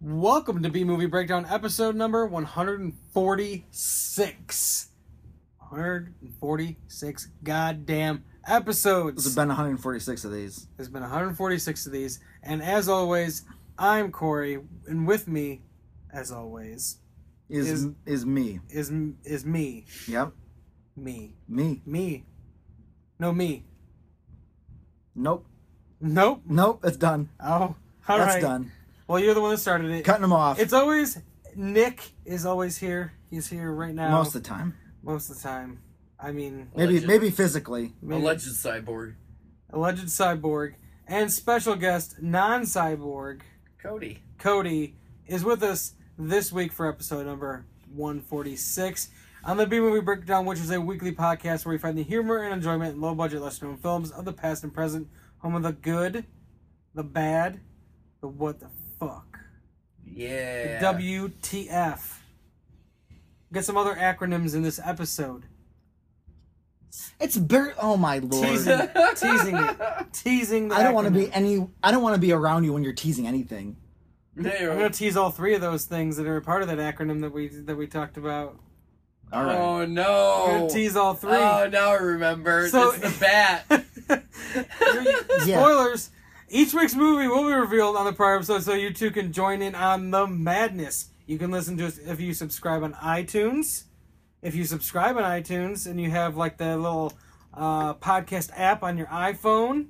Welcome to B Movie Breakdown, episode number 146. 146 goddamn episodes. There's been 146 of these. There's been 146 of these. And as always, I'm Corey, and with me, as always, Is is, Is- me? is is me. Yep, Me. me. Me. No, me. Nope, Nope. nope. It's done. Oh, all That's right. done. Well, you're the one that started it. Cutting them off It's always Nick is always here. He's here right now. most of the time. most of the time. I mean, Maybe Alleged. maybe physically. maybe- Alleged cyborg. alleged cyborg and special guest non-cyborg Cody. Cody is with us this week for episode number 146 on the B Movie Breakdown, which is a weekly podcast where we find the humor and enjoyment in low budget, lesser known films of the past and present, home of the good, the bad, the what the fuck. Yeah. WTF. Get some other acronyms in this episode. It's Bert. Oh my Teasing, lord! it, teasing it, teasing. The I don't want to acronym. be any. I don't want to be around you when you're teasing anything. I'm gonna tease all three of those things that are a part of that acronym that we that we talked about. All right. Oh I'm gonna no. tease all three. Oh, now I remember. So- it's the bat. Yeah. Spoilers. Each week's movie will be revealed on the prior episode, so you two can join in on the madness. You can listen to us if you subscribe on iTunes. If you subscribe on iTunes and you have like the little uh, podcast app on your iPhone,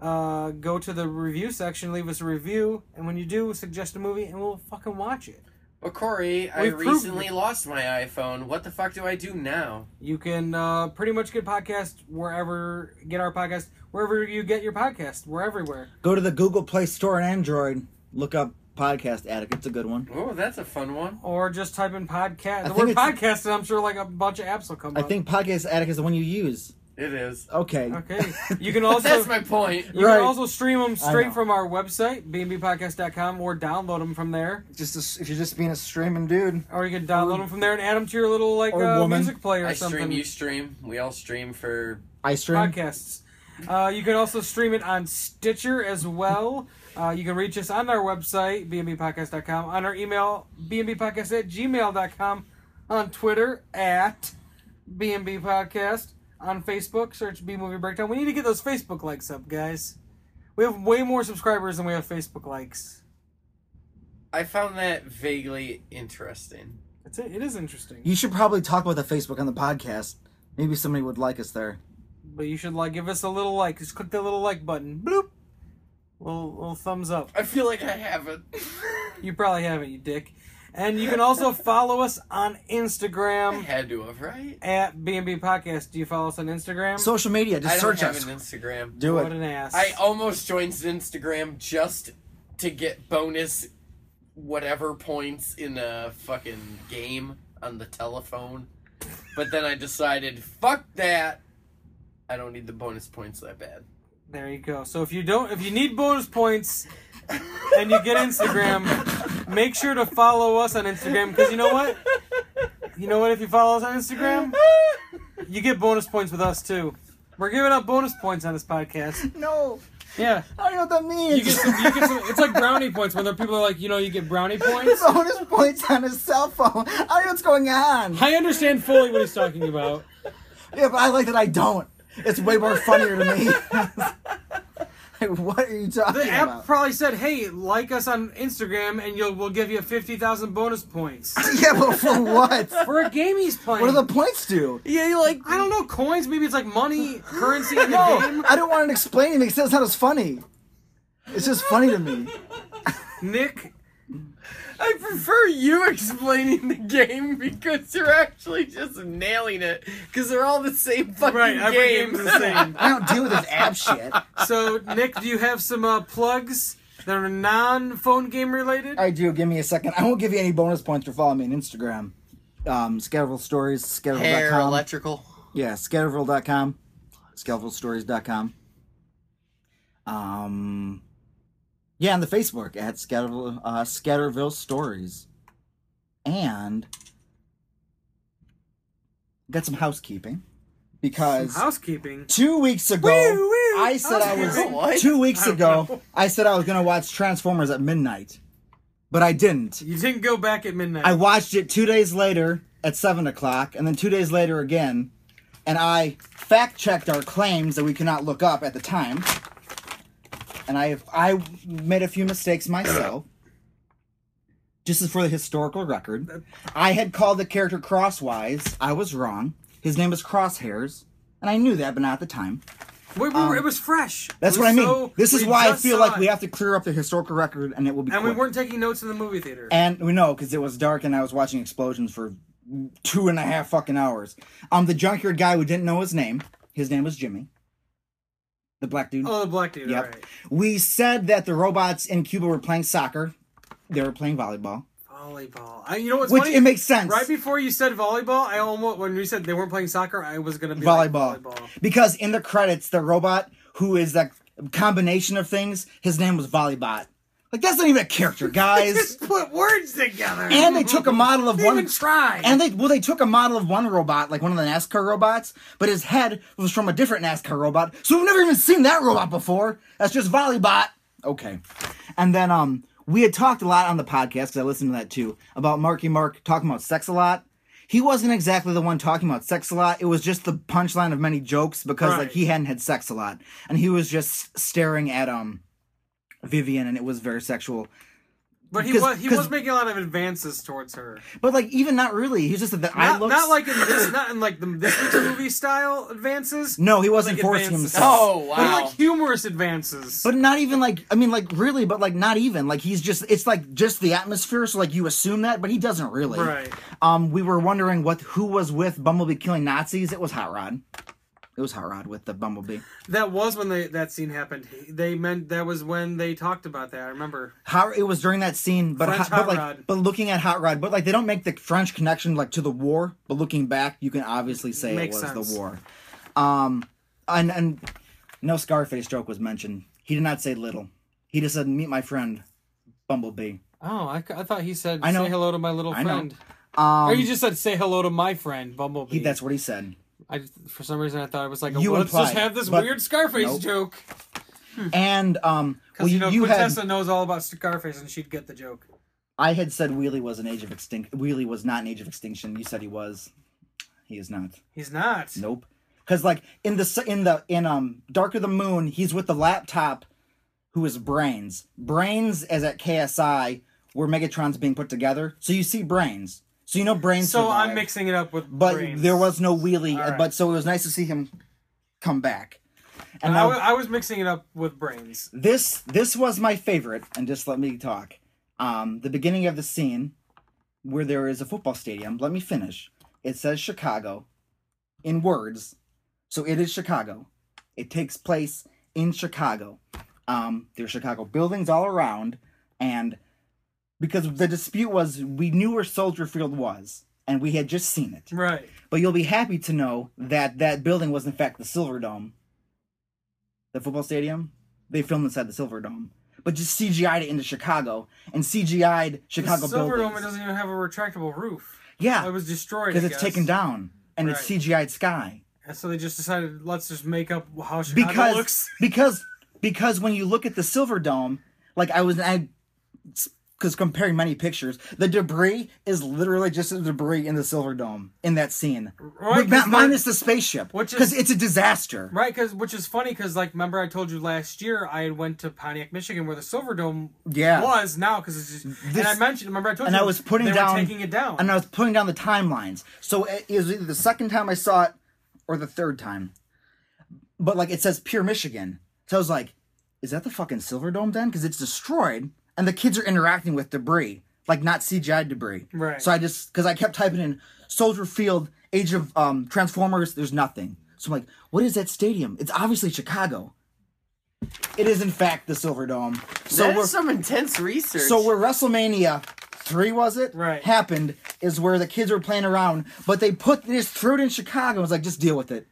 uh, go to the review section, leave us a review, and when you do, suggest a movie, and we'll fucking watch it. Well, Corey, I We've proven recently lost my iPhone. What the fuck do I do now? You can uh, pretty much get podcast wherever get our podcast wherever you get your podcast. We're everywhere. Go to the Google Play Store on Android. Look up podcast addict. It's a good one. Oh, that's a fun one. Or just type in podcast. The think word it's- podcast, and I'm sure like a bunch of apps will come I up. think podcast addict is the one you use. It is. Okay. Okay. You can also that's my point. you Right. can also stream them know. straight from our website bnbpodcast.com or download them from there, Just as- if you're just being a streaming dude. or you can download them from there and add them to your little like Or uh, woman. music player or I something. stream, you stream. We all stream for. I stream. podcasts. Uh, you can also stream it on Stitcher as well. Uh, you can reach us on our website, bnbpodcast.com, on our email, bnbpodcast at gmail.com, on Twitter, at bnbpodcast, on Facebook, search B Movie Breakdown. We need to get those Facebook likes up, guys. We have way more subscribers than we have Facebook likes. I found that vaguely interesting. It's, it is interesting. You should probably talk about the Facebook on the podcast. Maybe somebody would like us there. But you should like give us a little like. Just click the little like button. Bloop. Little, little thumbs up. I feel like I haven't. You probably haven't, you dick. And you can also follow us on I Instagram had to have, right? at BNB Podcast. Do you follow us on Instagram? Social media, I just don't search have us. an Instagram. Do what it. an ass. I almost joined Instagram just to get bonus whatever points in a fucking game on the telephone. But then I decided, fuck that. I don't need the bonus points that bad. there you go. So if you don't, if you need bonus points and you get Instagram, make sure to follow us on Instagram because you know what? You know what? If you follow us on Instagram, you get bonus points with us too. We're giving out bonus points on this podcast. No, Yeah, I don't know what that means. you get some. You get some. It's like brownie points when there are people who are like, you know, you get brownie points. bonus points on his cell phone. I don't know what's going on. I understand fully what he's talking about. Yeah, but I like that I don't. It's way more funnier to me. Like, what are you talking The app about? probably said, "Hey, like us on Instagram, and you'll we'll give you fifty thousand bonus points yeah, but for what? for a game he's playing." What do the points do? Yeah, you like. I don't know coins. Maybe it's like money, currency in the No, game. I don't want to explain anything. 'cause That's not as funny. It's just funny to me. Nick, I prefer you explaining the game because you're actually just nailing it. Because they're all the same fucking right? Every game. game's the same. I don't deal with this app shit. So, Nick, do you have some uh, plugs that are non-phone game related? I do. Give me a second. I won't give you any bonus points for following me on Instagram. Um, Scatterville Stories, Hair Scatterville.com. electrical. yeah, Scatterville.com, ScattervilleStories.com. Um, yeah, on the Facebook at Scatterville, uh, Scatterville Stories. And got some housekeeping because Housekeeping. two weeks ago Woo, woo. I said I Housekeeping. was What? two weeks I don't ago know. I said I was gonna watch Transformers at midnight. but I didn't. You didn't go back at midnight. I watched it two days later at seven o'clock, and then two days later again, and I fact checked our claims that we could not look up at the time, and I I made a few mistakes myself. Just as for the historical record, I had called the character Crosswise. I was wrong. His name is Crosshairs, and I knew that, but not at the time. we, we were, it was fresh. um, That's It was what I mean. so- this is we why I just feel saw like we it. have to clear up the historical record, and it will be. And we quick. weren't taking notes in the movie theater. And we know because it was dark and I was watching explosions for two and a half fucking hours. Um, the junkyard guy who didn't know his name, his name was Jimmy, the black dude. oh, the black dude. Yep. Right. We said that the robots in Cuba were playing soccer. They were playing volleyball, Volleyball. I, you know what's which funny? it makes sense. Right before you said volleyball, I almost when you said they weren't playing soccer, I was gonna be volleyball. Like, volleyball. Because in the credits, the robot who is that combination of things, his name was Volleybot. Like that's not even a character, guys. Just put words together. and they took a model of They one even tried. And they well, they took a model of one robot, like one of the NASCAR robots, but his head was from a different NASCAR robot. So we've never even seen that robot before. That's just Volleybot. Okay. And then um we had talked a lot on the podcast because I listened to that too about Marky Mark talking about sex a lot. He wasn't exactly the one talking about sex a lot. It was just the punchline of many jokes because Right. like he hadn't had sex a lot, and he was just staring at um Vivian, and it was very sexual. but he 'cause- was he 'cause- was making a lot of advances towards her. But like even not really. He was just that I Not, looked not like in this, not in like the, this week's movie style advances. no, he wasn't like forcing advances. himself. Oh But wow! like humorous advances. But not even like I mean like really, but like not even like he's just it's like just the atmosphere. So like you assume that, but he doesn't really. right. Um, we were wondering what who was with Bumblebee killing Nazis. It was Hot Rod. It was Hot Rod with the Bumblebee. That was when they that scene happened. They meant that was when they talked about that. I remember. Hot, it was during that scene, but, French hot, but Hot like Rod. but looking at Hot Rod, but like they don't make the French connection like to the war. But looking back, you can obviously say Makes it was sense. the war. Um, and and no Scarface joke was mentioned. He did not say little. He just said meet my friend Bumblebee. Oh, I, I thought he said I know. "Say hello to my little I know. friend." Um, Or you just said say hello to my friend Bumblebee. he, that's what he said. I just- for some reason I thought it was like a, You well, let's just implied, have this but- weird Scarface Nope. joke And um, because Hmm. well, you you, know you had Quintessa knows all about Scarface and she'd get the joke. I had said Wheelie was an age of extinction. Wheelie was not an age of extinction. You said he was. He is not. He's not. Nope. Because like in the s- in the in um Dark of the Moon, he's with the laptop, who is Brains. Brains as at KSI where Megatron's being put together. So you see Brains. So you know Brains. So I'm survived. mixing it up with. But brains. there was no Wheelie. uh, All right. But so it was nice to see him come back. And I, now- wa- I was mixing it up with brains. this this was my favorite and just let me talk um the beginning of the scene where there is a football stadium let me finish it says chicago in words so it is chicago it takes place in chicago um there's chicago buildings all around and because the dispute was we knew where soldier field was and we had just seen it Right. but you'll be happy to know that that building was in fact the Silver Dome, the football stadium. They filmed inside the Silver Dome, but just CGI'd it into Chicago and CGI'd Chicago the Silver Dome buildings. doesn't even have a retractable roof. It yeah, was destroyed. because I it's guess. taken down and it's Right. CGI'd sky. And so they just decided let's just make up how Chicago Because looks. because because when you look at the Silver Dome, like I was I. Because comparing many pictures, the debris is literally just the debris in the Silver Dome in that scene, Right, 'cause But they're- minus the spaceship, Which is- because it's a disaster. Right, because which is funny, because like remember I told you last year I had went to Pontiac, Michigan, where the Silver Dome Yeah. was now because it's just, This- and I mentioned remember I told and you I was putting they down were taking it down and I was putting down the timelines. So it it was either the second time I saw it or the third time. But like it says Pure Michigan. So I was like, is that the fucking Silver Dome then? Because it's destroyed and the kids are interacting with debris, like not CGI debris. Right. So I just because I kept typing in Soldier Field, Age of um, Transformers. There's nothing. So I'm like, what is that stadium? It's obviously Chicago. It is in fact the Silver Dome. So that we're is some intense research. so where WrestleMania three was it? Right. Happened is where the kids were playing around, but they put they just threw it in Chicago. It was like, just deal with it.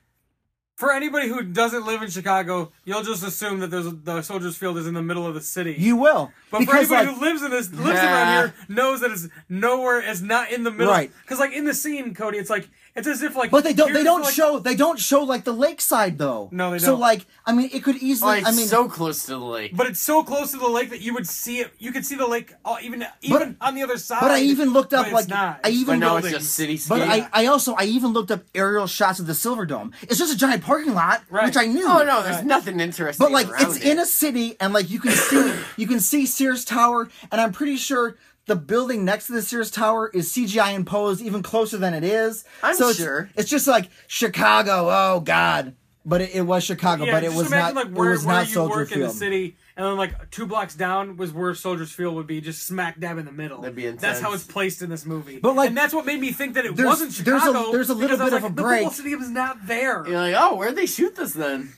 For anybody who doesn't live in Chicago, you'll just assume that there's a, the Soldiers Field is in the middle of the city. You will. but for because anybody like who lives in this lives Nah. around here knows that it's nowhere. It's not in the middle. Right. Because like in the scene, Cody, it's like it's as if like. but they don't they here's, don't like- show they don't show like the lakeside though. No, they So don't. like I mean it could easily Like, I mean so close to the lake. But it's so close to the lake that you would see it. You could see the lake uh, even even on the other side. but I even looked up but like it's not. I But even now looked, it's buildings. just cityscape. but I, I also I even looked up aerial shots of the Silver Dome. It's just a giant parking lot, Right. which I knew. oh no, there's Right. nothing interesting. But like it's around in it. a city, and like you can see you can see Sears Tower, and I'm pretty sure the building next to the Sears Tower is CGI imposed even closer than it is. I'm so it's, sure. It's just like Chicago. Oh God. But it, it was Chicago, Yeah, but it just was not. imagine, like, where, it was where not you Soldier work in Field. the city, and then like two blocks down was where Soldier's Field would be, just smack dab in the middle. That'd be That's how intense. it's placed in this movie. But, like, and that's what made me think that it there's- wasn't there's a- Chicago. there's a little because I bit was of like, a the break." football stadium's not there. You're like, oh, where'd they shoot this then?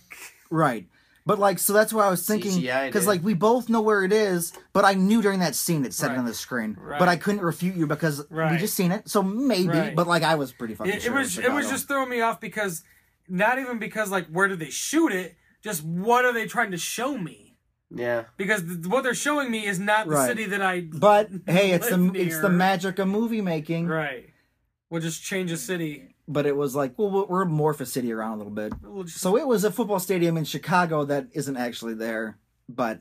Right. But like, so that's why I was thinking, CGI, because dude. like we both know where it is, but I knew during that scene it said Right. it on the screen, Right. but I couldn't refute you because we Right. just seen it, so maybe. Right. But like, I was pretty fucking It, it sure. was it was Chicago. just throwing me off because not even because like where did they shoot it? Just what are they trying to show me? Yeah. Because th- what they're showing me is not the Right. city that I But hey, it's the Live it's near. the magic of movie making. right. We'll just change a city. But it was like, well, we'll- we're morph a city around a little bit. We'll just, So it was a football stadium in Chicago that isn't actually there. But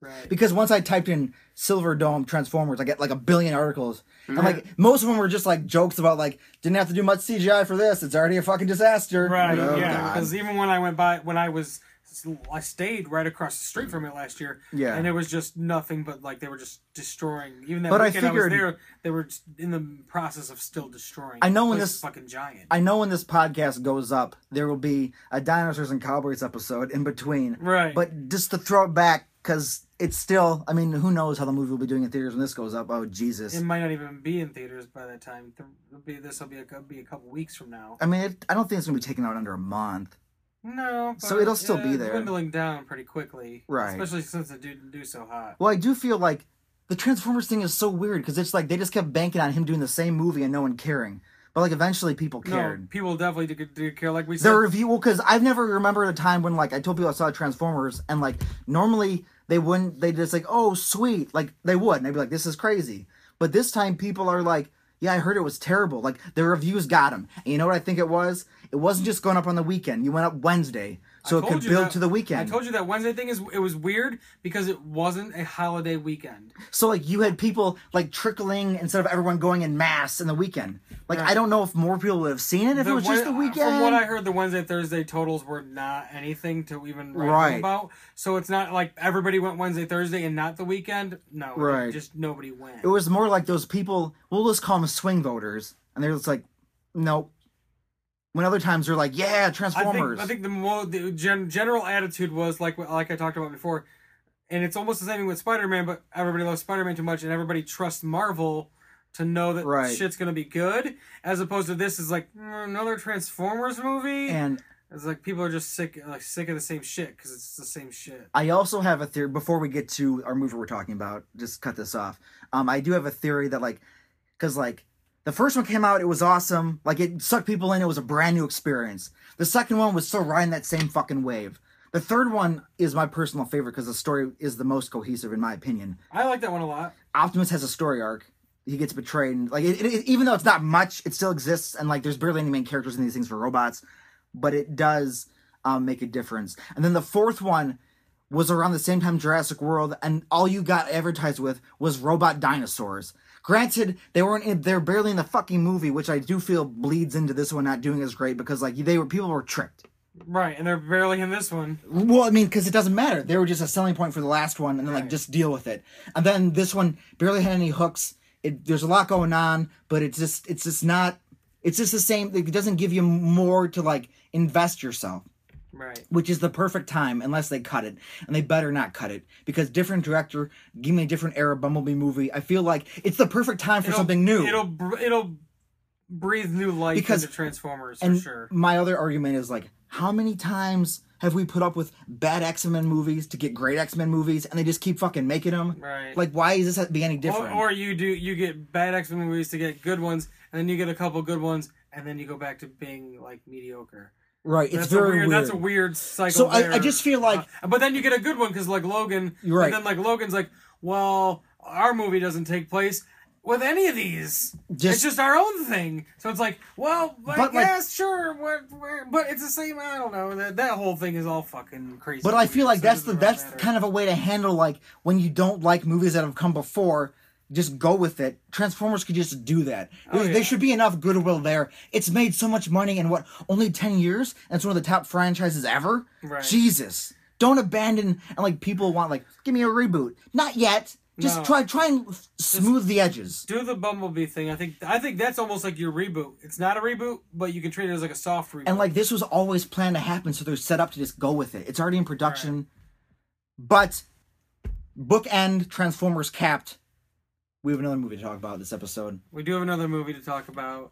right. because once I typed in Silver Dome Transformers, I get like a billion articles, Mm-hmm. and like most of them were just like jokes about like didn't have to do much CGI for this. It's already a fucking disaster. Right. Oh, yeah. God. Because even when I went by, when I was, I stayed right across the street from it last year. Yeah. And it was just nothing but like they were just destroying. Even that But I weekend I, was figured- there, they were just in the process of still destroying. I know when Place is this- fucking giant. I know when this podcast goes up, there will be a dinosaurs and cowboys episode in between. Right. But just to throw it back, because it's still. I mean, who knows how the movie will be doing in theaters when this goes up? Oh Jesus! it might not even be in theaters by that time. Th- It'll be this will be a, cou- be a couple weeks from now. I mean, it, I don't think it's gonna be taken out under a month. No. So but, it'll still yeah, be it's there. Dwindling down pretty quickly. Right. Especially since the dude do so hot. Well, I do feel like the Transformers thing is so weird because it's like they just kept banking on him doing the same movie and no one caring. But like eventually, people cared. No, people definitely do, do care. Like we said, the review well because i've never remembered a time when like i told people i saw transformers and like normally they wouldn't they just like oh sweet like they would and they'd be like this is crazy but this time people are like yeah i heard it was terrible like the reviews got them and you know what i think it was it wasn't just going up on the weekend you went up wednesday so it told could you build that- to the I weekend told you that Wednesday thing is it was weird because it wasn't a holiday weekend. so like you had people like trickling instead of everyone going in mass in the weekend like i don't know if more people would have seen it if it was just the Wed- weekend From what I heard, the Wednesday Thursday totals were not anything to even write home Right. about. So it's not like everybody went Wednesday Thursday and not the weekend. No, Right. Just nobody went. it was more like those people we'll just call them swing voters and they're just like nope when other times they're like yeah I transformers think, I think the, mo- the gen- general attitude was like like I talked about before, and it's almost the same thing with Spider Man. But everybody loves Spider Man too much, and everybody trusts Marvel to know that Right. shit's gonna be good, as opposed to this is like "Mm, another Transformers movie. and it's like people are just sick like sick of the same shit because it's the same shit. i also have a theory before we get to our movie we're talking about just cut this off um i do have a theory that like because like the first one came out it was awesome like it sucked people in it was a brand new experience the second one was still riding that same fucking wave the third one is my personal favorite because the story is the most cohesive in my opinion I like that one a lot. Optimus has a story arc. He gets betrayed, and like it, it, even though it's not much, it still exists, and like there's barely any main characters in these things for robots, but it does um, make a difference. And then the fourth one was around the same time Jurassic World, and all you got advertised with was robot dinosaurs. Granted, they weren't in, they're barely in the fucking movie, which I do feel bleeds into this one not doing as great because like they were people were tricked. Right, and they're barely in this one. Well, I mean, because it doesn't matter. They were just a selling point for the last one, and then like just deal with it. And then this one barely had any hooks. It, there's a lot going on, but it's just it's just not. It's just the same. It doesn't give you more to like invest yourself, Right. which is the perfect time, unless they cut it, and they better not cut it because different director, give me a different era Bumblebee movie. I feel like it's the perfect time for something new. It'll br- it'll breathe new life Because- into Transformers for And sure. my other argument is like, how many times have we put up with bad X Men movies to get great X Men movies, and they just keep fucking making them? Right. Like, why is this have to be any Or, different? or you do you get bad X Men movies to get good ones, and then you get a couple good ones, and then you go back to being like mediocre. Right. It's That's very a weird, weird. That's a weird cycle. So I, I there. just feel like Uh, but then you get a good one because like Logan, You're right. And then like Logan's like, well, our movie doesn't take place with any of these. it's Just- just our own thing. So it's like, well, I But, like- guess sure, what, where, but it's the same. I don't know. That that whole thing is all fucking crazy. But I feel like that's the that's kind kind of a way to handle like when you don't like movies that have come before, just go with it. Transformers could just do that. there, there Oh, yeah. should be enough goodwill there. It's made so much money in what only ten years, and it's one of the top franchises ever. Right. Jesus, don't abandon and like people want like give me a reboot. Not yet. Just No. try try and smooth the edges. do the Bumblebee thing. I think I think that's almost like your reboot. It's not a reboot, but you can treat it as like a soft reboot. And like this was always planned to happen, so they're set up to just go with it. It's already in production. But bookend Transformers capped. We have another movie to talk about this episode. we do have another movie to talk about,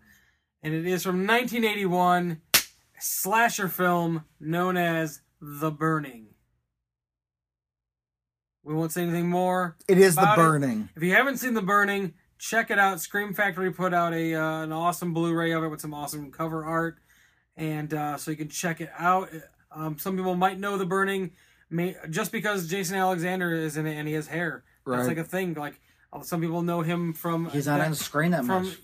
and it is from 1981 a slasher film known as The Burning. We won't say anything more. It is About the it. burning. If you haven't seen The Burning, check it out. Scream Factory put out a uh, an awesome Blu-ray of it with some awesome cover art, and uh, so you can check it out. Um, some people might know The Burning, may, just because Jason Alexander is in it and he has hair. Right. That's like a thing. Like uh, some people know him from He's not that- on screen that from. much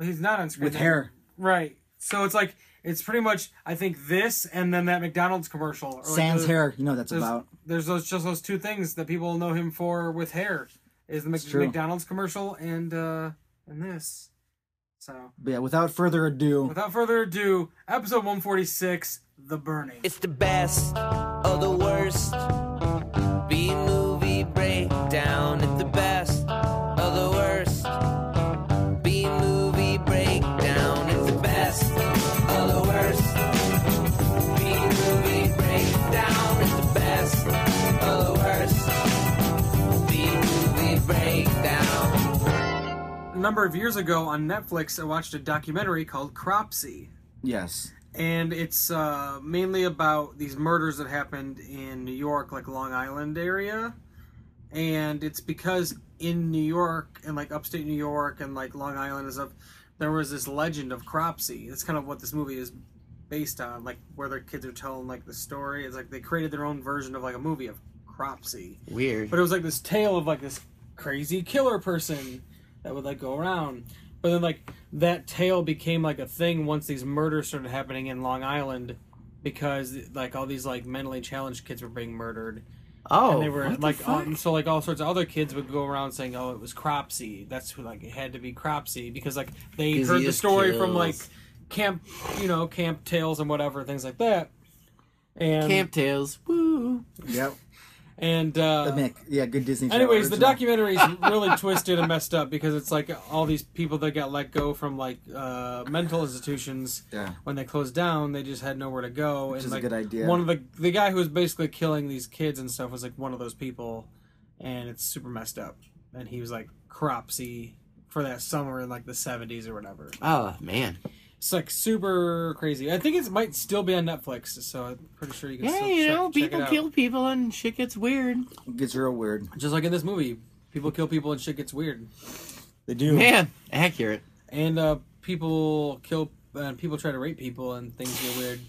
He's not on screen with that- hair. Right. So it's like it's pretty much I think this and then that McDonald's commercial. or like Sans the- hair. You know what that's there's, about. There's those just those two things that people know him for with hair is the Mc, true. McDonald's commercial and uh and this. So But yeah, without further ado, without further ado, episode 146, The Burning. It's the best of the worst. B movie breakdown. It's the best of the worst. B movie breakdown. It's the best of the worst. B movie breakdown. It's the best of the worst. B movie breakdown. A number of years ago on Netflix, I watched a documentary called Cropsy. yes, and it's uh, mainly about these murders that happened in New York, like Long Island area. And it's because in New York and like upstate New York and like Long Island and stuff, there was this legend of Cropsy. That's kind of what this movie is based on, like where their kids are telling like the story. It's like they created their own version of like a movie of Cropsy. Weird. But it was like this tale of like this crazy killer person that would like go around. But then like that tale became like a thing once these murders started happening in Long Island because like all these like mentally challenged kids were being murdered. Oh, And they were like um, so like all sorts of other kids would go around saying, "Oh, it was Cropsy." That's who like it had to be Cropsy because like they 'Cause heard he the is story from kills. like camp, you know, camp tales and whatever things like that. And Camp Tales. Woo. yep. and uh, Mick, yeah, good Disney. Channel Anyways, the original. documentary is really twisted and messed up because it's like all these people that got let go from like uh, mental institutions Yeah. when they closed down, they just had nowhere to go. and is a like good idea. one of the the guy who was basically killing these kids and stuff was like one of those people, and it's super messed up. And he was like cropsy for that summer in like the seventies or whatever. Oh man. It's like super crazy. I think it might still be on Netflix, so I'm pretty sure you can. Yeah, still you check- know, check it people out. kill people and shit gets weird. gets real weird. just like in this movie. People kill people and shit gets weird. They do. Man, accurate. and uh, people kill and people try to rape people and things get weird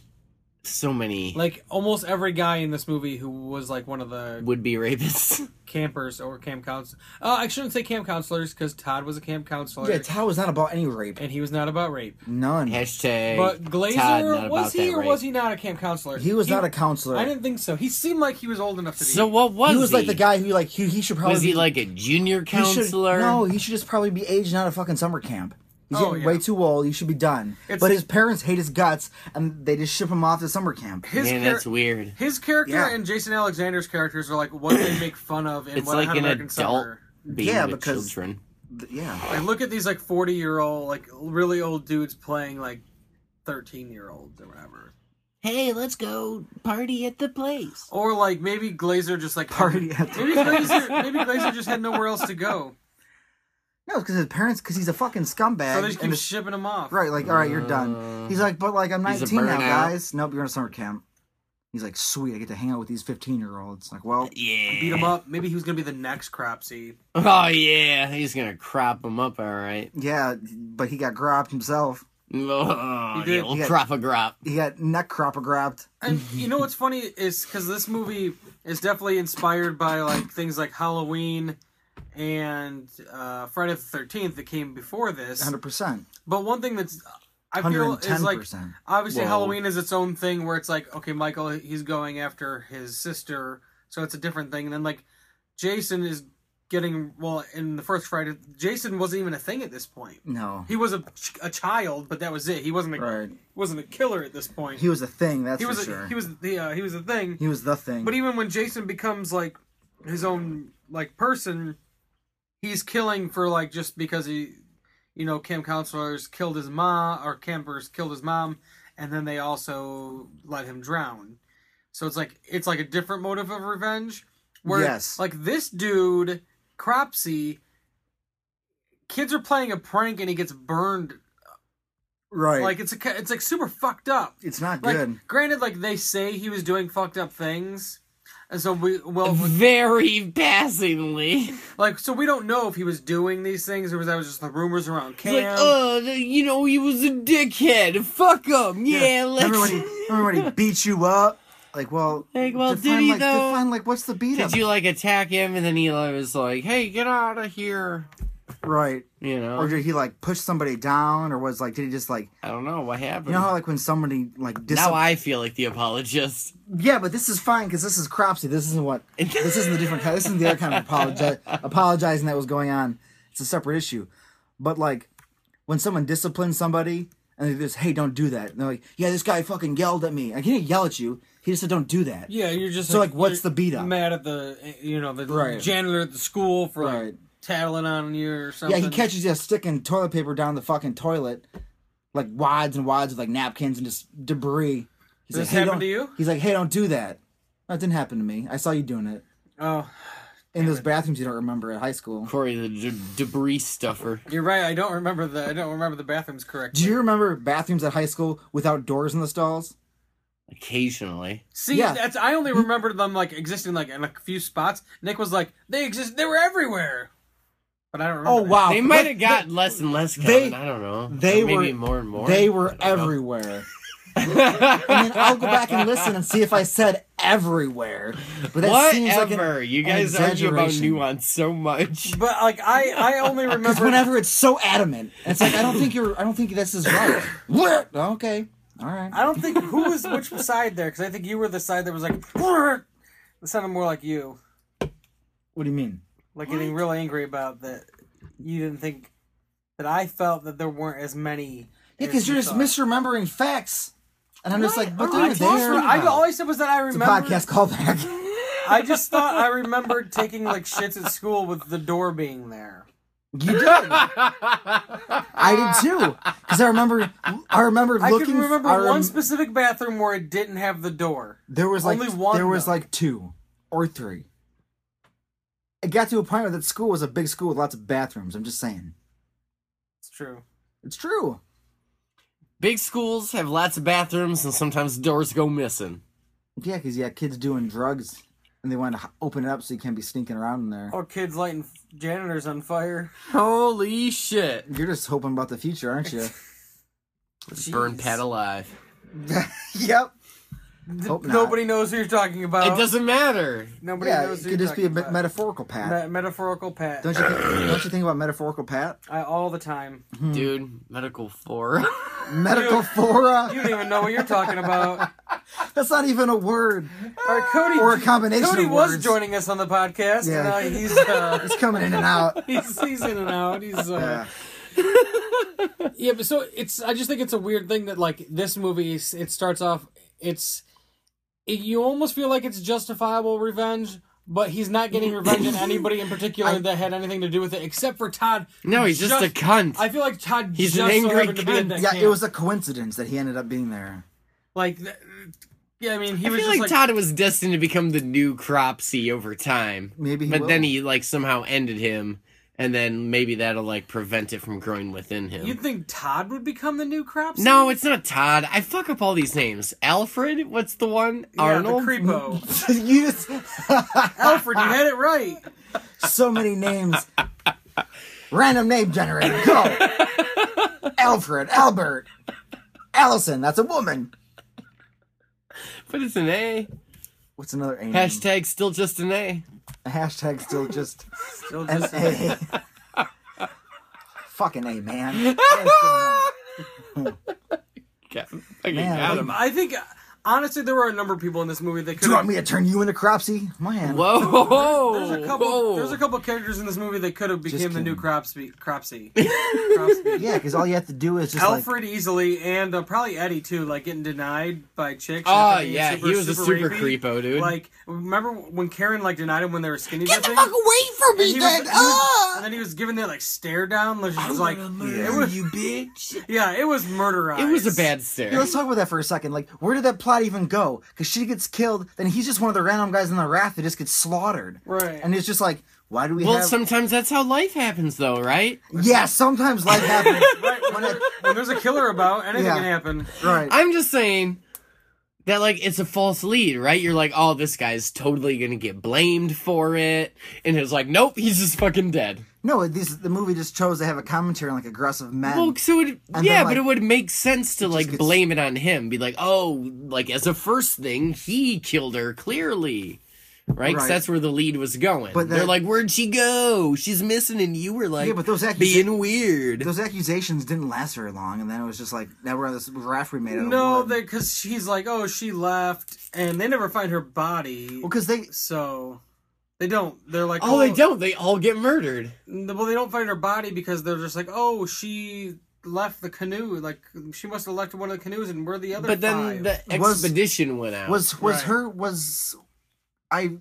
So many like almost every guy in this movie who was like one of the would be rapists. campers or camp counselors uh, i shouldn't say camp counselors because todd was a camp counselor Yeah, Tao is not about any rape. and he was not about rape None. Hashtag. but Todd, glazer not was about he that or rape. was he not a camp counselor He was not a counselor. i didn't think so he seemed like he was old enough to be So what was he was like the guy who like he, he should probably Was he be- like a junior He should- counselor? no, he should just probably be aging out of fucking summer camp. He's Oh, getting yeah. way too old. He should be done. It's- but his parents hate his guts, and they just ship him off to summer camp. his, Man, char- that's weird. his character Yeah. and jason alexander's characters are like what they make fun of in It's what like Hot an American adult Summer. Being Yeah, with because- children. Th- Yeah, Like, look at these like forty year old, like really old dudes playing like thirteen year olds or whatever. Hey, let's go party at the place. Or like maybe Glazer just like party at the Maybe Glazer, maybe Glazer just had nowhere else to go, no, because his parents, because he's a fucking scumbag. so they just keep Uh, and it's- shipping him off. right, like all right, you're done. He's like, but like I'm He's a 19 now, burnout. guys. Nope, you're in summer camp. He's like, sweet, I get to hang out with these 15 year olds. Like, well, Yeah. Beat him up. Maybe he was gonna be the next Cropsy. Oh yeah, he's gonna crop him up, all right. yeah, but he got gropped himself. You Oh, did- you old yeah. crop-a-grop. He got neck cropper grabbed. And you know what's funny is because this movie is definitely inspired by like things like Halloween and uh, Friday the Thirteenth that came before this. 100%. But one thing that's I feel is like 110%. obviously Whoa. Halloween is its own thing where it's like okay Michael he's going after his sister so it's a different thing and then like Jason is getting well in the first Friday Jason wasn't even a thing at this point. no. He was a, ch- a child, but that was it. He wasn't a, Right. wasn't a killer at this point. He was a thing, that's he was for a, sure. he was the uh, he was the thing. He was the thing. But even when Jason becomes like his own like person, he's killing for like just because he, you know, camp counselors killed his mom or campers killed his mom, and then they also let him drown. So it's like it's like a different motive of revenge. Where Yes. like this dude, Cropsy, kids are playing a prank and he gets burned. right. Like it's a ca- it's like super fucked up. it's not Like, good. granted, like they say he was doing fucked up things, and so we well, Very passingly. like so we don't know if he was doing these things or was that was just the rumors around It's like, Cam. oh, the- you know, he was a dickhead. Fuck him. Yeah, let's. Remember when, he, remember when he beat you up? Like, well, Like, well, did define, he like, though? define, like, what's the beat up? Did you like attack him and then he was like, hey, get out of here? Right. You Or know? did he, like, push somebody down? Or was, like, did he just, like, I don't know what happened. you know how, like, when somebody, like, dis- now I feel like the apologist. Yeah, but this is fine because this is Cropsy. This isn't what. This isn't the different. kind- This isn't the other kind of apologi- apologizing that was going on. It's a separate issue. But like, when someone disciplines somebody and they just, hey, don't do that. And they're like, yeah, this guy fucking yelled at me. Like, he didn't yell at you. He just said, don't do that. yeah, you're just So, like, what's you're the beat up? Mad at the you know the Right. janitor at the school for like Right. tattling on you or Yeah, something. he catches you sticking toilet paper down the fucking toilet, like wads and wads of like napkins and just debris. This He's like, hey, happened don't- to you? He's like, hey, don't do that. That didn't happen to me. I saw you doing it Oh, in those bathrooms you don't remember at high school. Corey, the d- debris stuffer. you're right. I don't remember the I don't remember the bathrooms correctly. Do you remember bathrooms at high school without doors in the stalls? Occasionally. See, Yeah. that's I only remembered them like existing like in a few spots. Nick was like they exist. They were everywhere, but I don't remember. Oh that. wow! They might have got less and less they- common. I don't know. they Or maybe were- more and more. They were I don't know. everywhere. I mean, I'll go back and listen and see if I said everywhere. But that seems like Whatever. an, you guys argue about exaggeration. nuance so much. But like I I only because remember whenever it's so adamant, it's like I don't think you're. I don't think this is right. What? okay, all right. I don't think who was which side there because I think you were the side that was like. "Brrr." It sounded more like you, What do you mean? like getting real angry about that. You didn't think that I felt that there weren't as many. as Yeah, because you're you just thought. misremembering facts, and I'm just like, but I, they were just- there. I all I said was that I It's a remember. podcast callback. I just thought I remembered taking like shits at school with the door being there. You did. I did too. Because I remember, I remember I looking. can remember I rem- one specific bathroom where it didn't have the door. There was like only one, there was though. like two or three. It got to a point where that school was a big school with lots of bathrooms. I'm just saying, It's true. it's true. Big schools have lots of bathrooms and sometimes doors go missing. Yeah, because you got kids doing drugs and they want to h- open it up so you can't be sneaking around in there. Or kids lighting janitors on fire. Holy shit. You're just hoping about the future, aren't you? Burn Pat alive. yep. Hope not. Nobody knows who you're talking about. Oh. It doesn't matter. Nobody Yeah, knows it who could you're just be a talking me- about. metaphorical Pat. Me- metaphorical pat don't you think, don't you think about metaphorical Pat? I, all the time. Hmm. Dude, medical four. Medical fora. You don't even know what you're talking about. That's not even a word. All right, Cody. Or a combination Cody of was words. joining us on the podcast, and Yeah. uh, he's, uh, It's coming in and out. he's he's in and out. He's uh, Yeah. yeah, but so it's. I just think it's a weird thing that like this movie, is- it starts off. It's it, you almost feel like it's justifiable revenge. But he's not getting revenge on anybody in particular that had anything to do with it, except for Todd. No, he's just, a cunt. I feel like Todd He's just an so angry happened to be at cunt. that yeah, camp. it was a coincidence that he ended up being there. like, th- yeah. I mean, he I was feel just like, Todd was destined to become the new Cropsy over time. Maybe he but will. then he like somehow ended him, and then maybe that'll like prevent it from growing within him. You'd think Todd would become the new Cropsy? no, it's not Todd. I fuck up all these names. Alfred, what's the one? yeah, Arnold. the creepo. you just Alfred, you had it right. so many names. Random name generator. Go. Alfred, Albert, Allison. That's a woman. But it's an A. What's another A? name? Hashtag still just an A. Hashtag still just Still an just A. Fucking A, man. What is going on? Get, fucking Man, got we- him. I think honestly there were a number of people in this movie that Do could you want have me to turn you into Cropsy? Man. Whoa! There's a couple. Whoa. There's a couple characters in this movie that could have became the kidding. new Cropsy. Cropsy. Cropsy. Yeah, because all you have to do is just like, Alfred easily and uh, probably Eddie too, like getting denied by chicks. Oh, and being yeah, he was a super creepo, dude. Like, remember when Karen like denied him when they were skinny Get the dipping? fuck away from And he me, was- then! he was- and Ah! then he was given that like stare down, which was like, murder it was, you bitch! yeah, it was murder. It was a eyes. bad Yeah, stare. let's talk about that for a second. Like, where did that plot even go? Because she gets killed, then he's just one of the random guys in the raft that just gets slaughtered. Right. And it's just like, why do we Well, have? sometimes that's how life happens, though, right? yeah, sometimes life happens. Right, when, there- when there's a killer about, anything Yeah. can happen. right. I'm just saying that, like, it's a false lead, right? You're like, oh, this guy's totally gonna get blamed for it. And it's like, nope, he's just fucking dead. No, these the movie just chose to have a commentary on like aggressive men. Well, so it, then, yeah, like, but it would make sense to like gets- blame it on him. Be like, oh, like as a first thing, he killed her clearly, right? 'Cause Right. that's where the lead was But going. But they're that- like, where'd she go? She's missing, and you were like, Yeah, but those accusa- being weird. Those accusations didn't last very long, and then it was just like now we're on this raft we made out of No, wood. they because she's like, oh, she left, and they never find her body. well because they So they don't. They're like, oh, they don't. They all get murdered. Well, they don't find her body because they're just like, oh, she left the canoe. Like she must have left one of the canoes, and we're the other. But five. then the Was- expedition went out. was was Right. her was I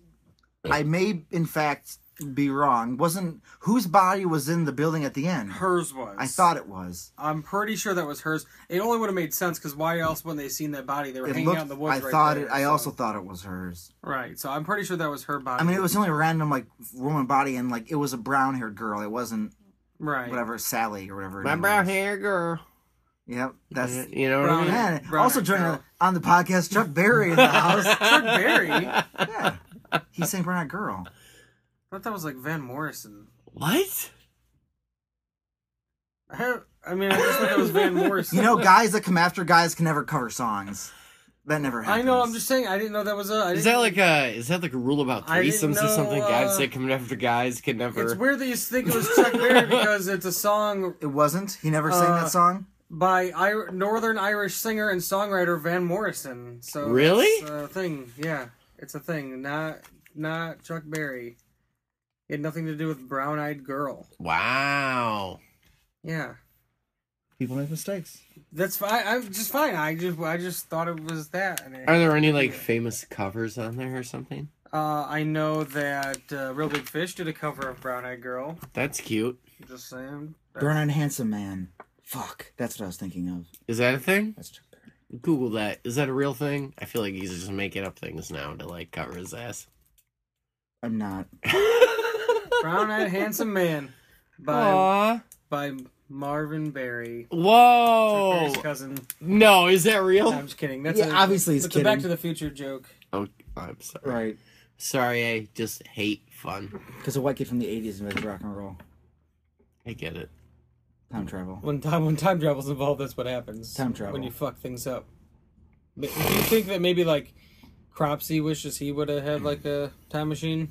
I may in fact be wrong. Wasn't whose body was in the building at the end? hers was. I thought it was. I'm pretty sure that was hers. It only would have made sense because why else wouldn't they seen that body? They were It hanging out looked. in the woods. I right thought there, it. I so- also thought it was hers. right. So I'm pretty sure that was her body. I mean, it was the only random like woman body, and like it was a brown haired girl. It wasn't right. whatever Sally or whatever. her my name brown was. hair girl. Yep, that's. You know what I Brown mean? hair. Man, Brown also haired joining girl. on the podcast, Chuck Berry in the house. Chuck Berry. I Yeah, he's saying brown haired girl. thought that was like Van Morrison. What? I, have- I mean, I just thought that was Van Morrison. You know, guys that come after guys can never cover songs. That never I happens. know. I'm just saying. I didn't know that was a. I Is didn't- that like a is that like a rule about I didn't threesomes or know, something? uh, guys that come after guys can never. It's weird that you think it was Chuck Berry because it's a song It wasn't. He never sang Uh, that song. by Ir- Northern Irish singer and songwriter Van Morrison. So Really? it's a thing. Yeah, it's a thing. Not not Chuck Berry. It had nothing to do with Brown Eyed Girl. Wow. Yeah, People make mistakes. that's fine. I'm just fine. I just I just thought it was that. And it- Are there any like famous covers on there or something? uh, I know that uh, Real Big Fish did a cover of Brown Eyed Girl. That's cute. Just saying. Burn on handsome man. Fuck, that's what I was thinking of. Is that a thing? That's Chuck Berry. Google that. Is that a real thing? I feel like he's just making up things now to like cover his ass. I'm not. Brown Eyed Handsome Man by Aww. by Marvin Berry. Chuck Whoa. Berry's cousin. No, is that No, I'm real? just kidding. That's Yeah, a, obviously he's that's a Back kidding. to the Future joke. Oh, I'm sorry. Right, Sorry, I just hate fun. because a white kid from the '80s invented rock and roll. I get it. Time travel. When time when time travel's involved, that's what happens. Time travel. When you fuck things up. Ma- Do you think that maybe like Cropsy wishes he would have had like a time machine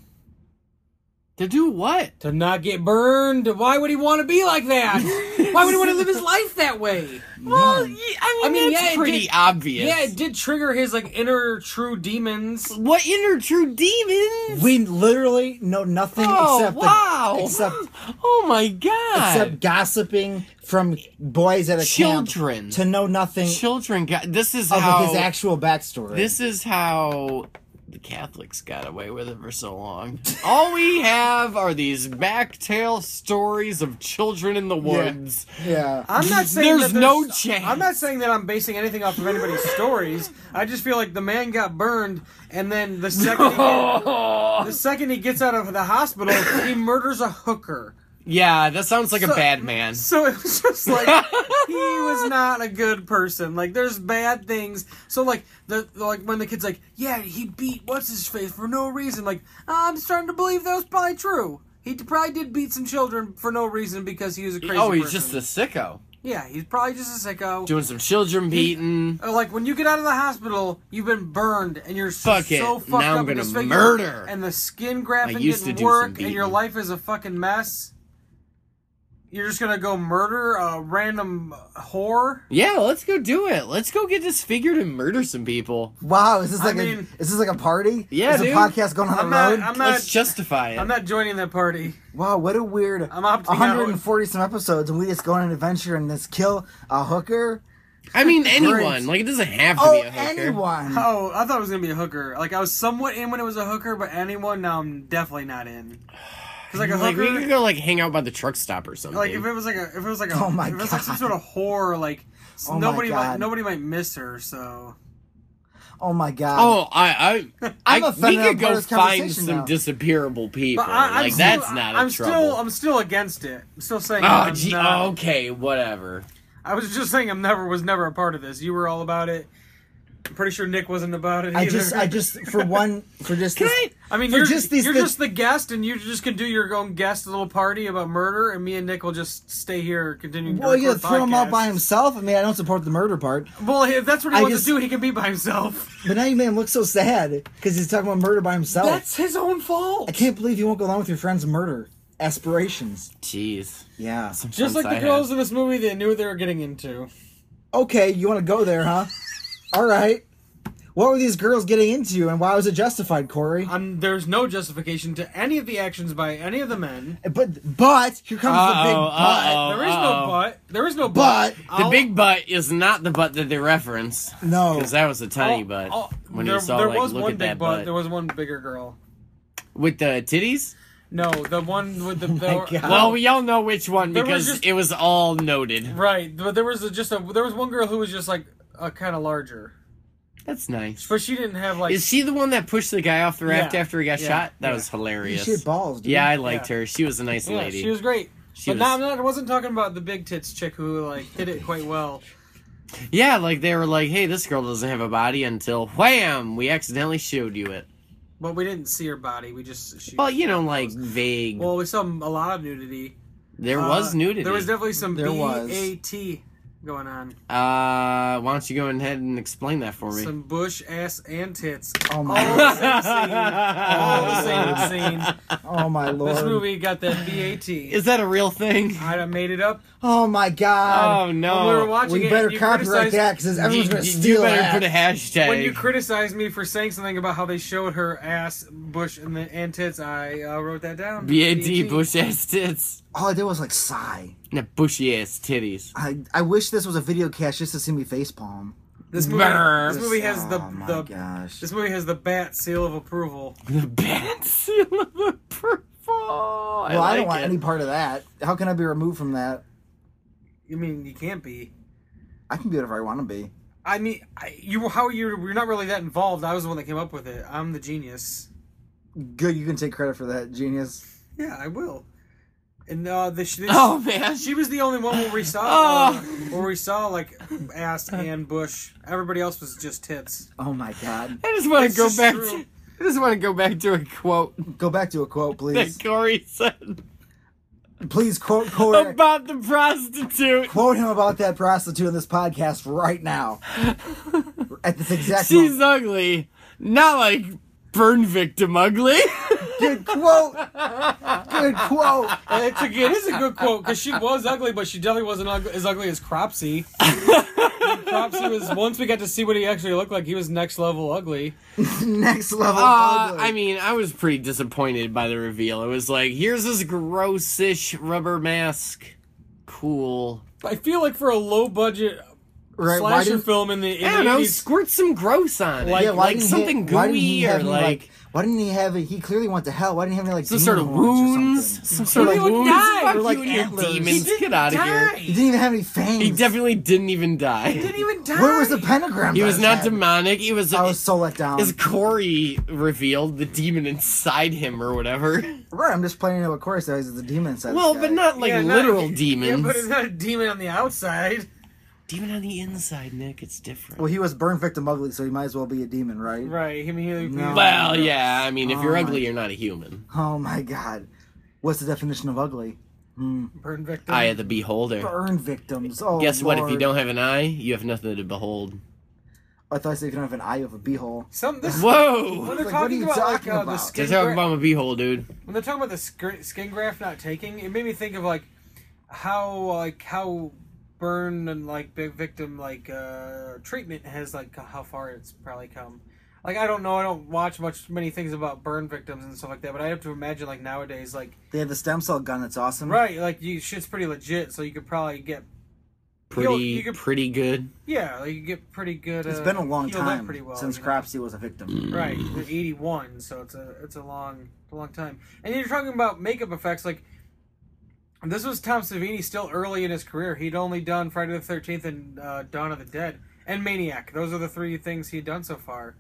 To do what? to not get burned? Why would he want to be like that? Why would he want to live his life that way? Well, Man. I I mean, yeah, it pretty did- obvious. Yeah, it did trigger his like inner true demons. What inner true demons? We literally know nothing oh except the- wow! except oh my god! except gossiping from boys at a Children. camp to know nothing children got this is of how his actual backstory. this is how the Catholics got away with it for so long. All we have are these backtail stories of children in the woods. yeah. I'm not saying There's that no chance. I'm not saying that I'm basing anything off of anybody's stories. I just feel like the man got burned, and then the second he, the second he gets out of the hospital, he murders a hooker. yeah, that sounds like a So- bad man. So it was just like he was not a good person. Like there's bad things. So like the like when the kid's like, yeah, he beat what's his face for no reason. Like I'm starting to believe that was probably true. He d- probably did beat some children for no reason because he was a crazy. oh, he's person. just a sicko yeah. He's probably just a sicko. doing some children beating. Or, Uh, like when you get out of the hospital, you've been burned and you're Fuck so it. fucked Now I'm up and gonna disfigured, murder. and the skin grafting used to didn't do some work, and beating. your life is a fucking mess. You're just gonna go murder a random whore. Yeah, let's go do it. Let's go get disfigured and murder some people. Wow, is this I like mean- a is this like a party? Yeah, is dude. a podcast going on I'm the not. road? I'm Let's not. justify it. I'm not joining that party. wow, what a weird I'm opting out. 140 some episodes, and we just go on an adventure and just kill a hooker. I mean, anyone. Great. Like, it doesn't have to Oh, be a hooker. anyone. Oh, I thought it was gonna be a hooker. Like I was somewhat in when it was a hooker, but anyone now I'm definitely not in. 'Cause, like a Like, we hooker, could go, like, hang out by the truck stop or something. like if it was like a if it was like a Oh my if it was like some God. sort of horror, like s- Oh my nobody might God. nobody might miss her. So Oh my god. Oh, I, I, I'm I we offended could I'm part go of this find conversation some now. disappearable people. but I, I'm like still, that's not I'm a still trouble. I'm still against it. I'm still saying oh, I'm gee, not- okay, whatever. I was just saying I'm never was never a part of this. You were all about it. I'm pretty sure Nick wasn't about it. I either. just, I just, for one, for just this, I mean, for you're, just these, you're thi- just the guest, and you just can do your own guest little party about murder, and me and Nick will just stay here continuing. well, to you record throw him out by podcasts. himself. I mean, I don't support the murder part, Well, if that's what he I wants just- to do, he can be by himself. but now you made him look so sad because he's talking about murder by himself. That's his own fault. Oh. I can't believe you won't go along with your friend's murder aspirations. Jeez. Yeah. Just like Once the I girls had- in this movie, they knew what they were getting into. Okay, you want to go there, huh? All right. What were these girls getting into, and why was it justified, Corey? Um, there's no justification to any of the actions by any of the men. But, but here comes the big Uh-oh, but. uh-oh. there is no but. There is no But- but. The I'll- Oh. big butt is not the butt that they reference. No. Because that was a tiny I'll- butt. I'll- when there, you saw, there like, was look one at big that butt. butt. There was one bigger girl. With the titties? No, the one with the. Oh my the God. Well, we all know which one Um, There was because just- it was all noted. Right, but there was a, just a there was one girl who was just like a kind of larger, That's nice. but she didn't have like Is she the one that pushed the guy off the raft Yeah, after he got yeah, shot? That yeah. was You hilarious. should have balls, dude. Yeah, I liked Yeah. her. She was a nice yeah, lady. she was great. She but was- no, I'm not, I wasn't talking about the big tits chick who like did it quite well. Yeah, like they were like, "Hey, this girl doesn't have a body until wham, we accidentally showed you it." But we didn't see her body. We just she, Well, you know, like vague. well, we saw a lot of nudity. there Uh, was nudity. There was definitely some There was. BAT going on. uh, why don't you go ahead and explain that for me? Some bush ass and tits. Oh All my, the same scene. All the same scene. oh my lord. This movie got that BAT. Is that a real thing? I made it up. Oh my god. Oh When we were no! watching we it, better you copyright criticized- that because everyone's you, gonna you- you steal better that. put a hashtag. when you criticized me for saying something about how they showed her ass, bush, and the and tits, I uh, wrote that down. BAD bush ass tits. All I did Oh, was like sigh. And a bushy ass titties. I I wish this was a video cast just to see me face palm. This movie, Brr. this movie has the oh my the gosh. this movie has the bat seal of approval. The bad seal of approval. Well, well, I don't want any part of that. How can I be removed from that? You mean you can't be? I can be whatever I want to be. I mean, I, you how you you're not really that involved. I was the one that came up with it. I'm the genius. Good, you can take credit for that, genius. Yeah, I will. And uh, the, she- Oh man, she was the only one where we saw uh, Oh. where we saw like ass and bush. Everybody else was just tits. Oh my god. I just want It's to go just back. true. To, I just want to go back to a quote Go back to a quote, please. that Corey said Please quote Corey. about the prostitute. Quote him about that prostitute on this podcast right now. At this exact She's moment. ugly, not like burn victim ugly. Good quote. Good quote. And It's a, it is a good quote because she was ugly, but she definitely wasn't ugly, as ugly as Cropsy. Cropsy was once we got to see what he actually looked like. He was next level ugly. Next level. Uh, ugly. I mean, I was pretty disappointed by the reveal. It was like, here's this grossish rubber mask. Cool. I feel like for a low budget right? Why slasher did, film in the, in I don't the know. 80s, Squirt some gross on it, Like- yeah, why like didn't something he, why didn't gooey he have or any, like Why didn't he have? He clearly went to hell. Why didn't he have any like some sort of demon horns or wounds, something? some sort of He would wounds. die. Fuck Or like you and your antlers. demons. He Get out of here. He didn't even have any fangs. He definitely didn't even die. didn't even die. Where was the pentagram? He that was not had? demonic. He was. I was so let down. as Corey revealed the demon inside him or whatever. Right, I'm just playing it with Corey says it's a demon inside. Well, this but guy. not like Yeah, not- literal Yeah, demons. but it's not a demon on the outside. demon on the inside, Nick. It's different. Well, he was burn victim ugly, so he might as well be a demon, right? Right. I mean, he, No. Well, yeah. I mean, if Oh you're my- ugly, you're not a human. Oh my god. What's the definition of ugly? Hmm. Burn victim. Eye of the beholder. Burn victims. Oh, Guess what? If you Lord. don't have an eye, you have nothing to behold. I thought you said you can have an eye of a beehole. Some this. When Whoa! they're Like, what are talking you about like talking uh, the about? They're skin, talking gra- about my beehole, dude. when they're talking about the sk- skin graft not taking, it made me think of like how like how burn and like big victim like uh treatment has like how far it's probably come. Like I don't know, I don't watch much many things about burn victims and stuff like that, but I have to imagine like nowadays like They have the stem cell gun that's awesome. right like you shit's pretty legit, so you could probably get Pretty, you could- pretty good. yeah like you get pretty good. Uh, It's been a long healed up time pretty well, since you know? Cropsey was a Hmm. victim. Right, the '81, so it's a it's a long a long time. And you're talking about makeup effects, like this was Tom Savini still early in his career. He'd only done Friday the Thirteenth and uh, Dawn of the Dead and Maniac. Those are the three things he'd done so far.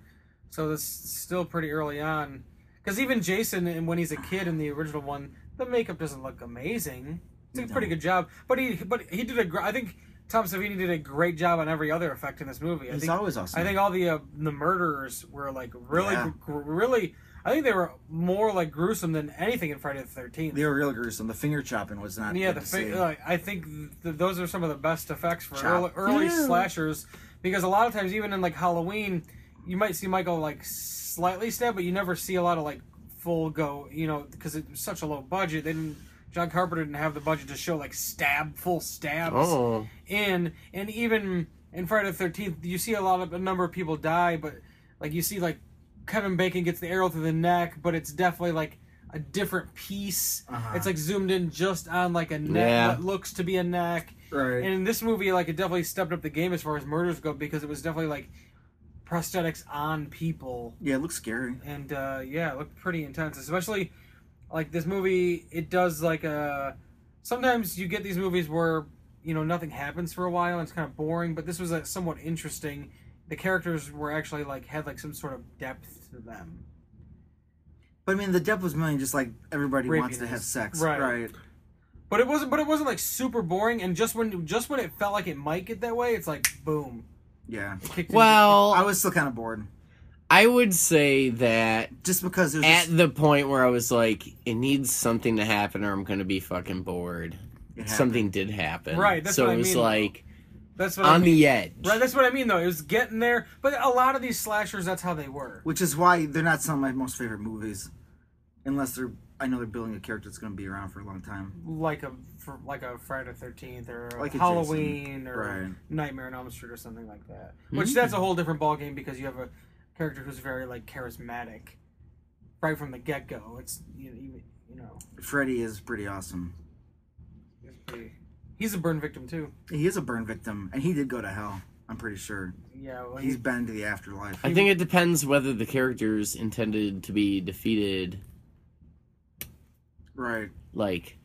So that's still pretty early on. Because even Jason, and when he's a kid in the original one, the makeup doesn't look amazing. It's a pretty good job, but he but he did a gr- I think Tom Savini did a great job on every other effect in this movie. I He's think always awesome. I think all the uh, the murderers were like really, Yeah. gr- really. I think they were more like gruesome than anything in Friday the Thirteenth. They were real gruesome. The finger chopping was not. Yeah, good the to fi- uh, see. like, I think th- those are some of the best effects for early, Chop. early Yeah. slashers because a lot of times, even in like Halloween, you might see Michael like slightly stab, but you never see a lot of like full go. You know, because it was such a low budget, they didn't. John Carpenter didn't have the budget to show like stab, full stabs Oh, in and even in Friday the Thirteenth, you see a lot of a number of people die, but like you see like Kevin Bacon gets the arrow through the neck, but it's definitely like a different piece. Uh-huh. It's like zoomed in just on like a neck Yeah. that looks to be a neck. right. And in this movie, like it definitely stepped up the game as far as murders go because it was definitely like prosthetics on people yeah, it looks scary. and uh, yeah, it looked pretty intense. Especially like this movie, it does like a. Sometimes you get these movies where you know nothing happens for a while and it's kind of boring, but this was like, somewhat interesting. The characters were actually like had like some sort of depth to them. But I mean, the depth was mainly just like everybody wants to Rapiness. have sex, Right. right? But it wasn't. But it wasn't like super boring. And just when just when it felt like it might get that way, it's like boom. Yeah. it kicked in. I well, was still kind of bored, I would say that just because it was. at Just, the point where I was like, it needs something to happen, or I'm gonna be fucking bored. it happened. Something did happen, Right, that's so what I it was mean. like that's what I on mean. the edge. Right, that's what I mean though. It was getting there, but a lot of these slashers, that's how they were. which is why they're not some of my most favorite movies, unless they're. I know they're building a character that's going to be around for a long time. like a fr like a Friday Thirteenth or a Like a Halloween or Right. Hmm. Nightmare on Elm Street or something like that. Which that's a whole different ballgame because you have a character who's very like charismatic right from the get go. It's you you, you know Freddy is pretty awesome. it's pretty. He's a burn victim too. He is a burn victim, and he did go to hell. I'm pretty sure Yeah, well, he's he, been to the afterlife. I think it depends whether the character's intended to be defeated. Right. Like,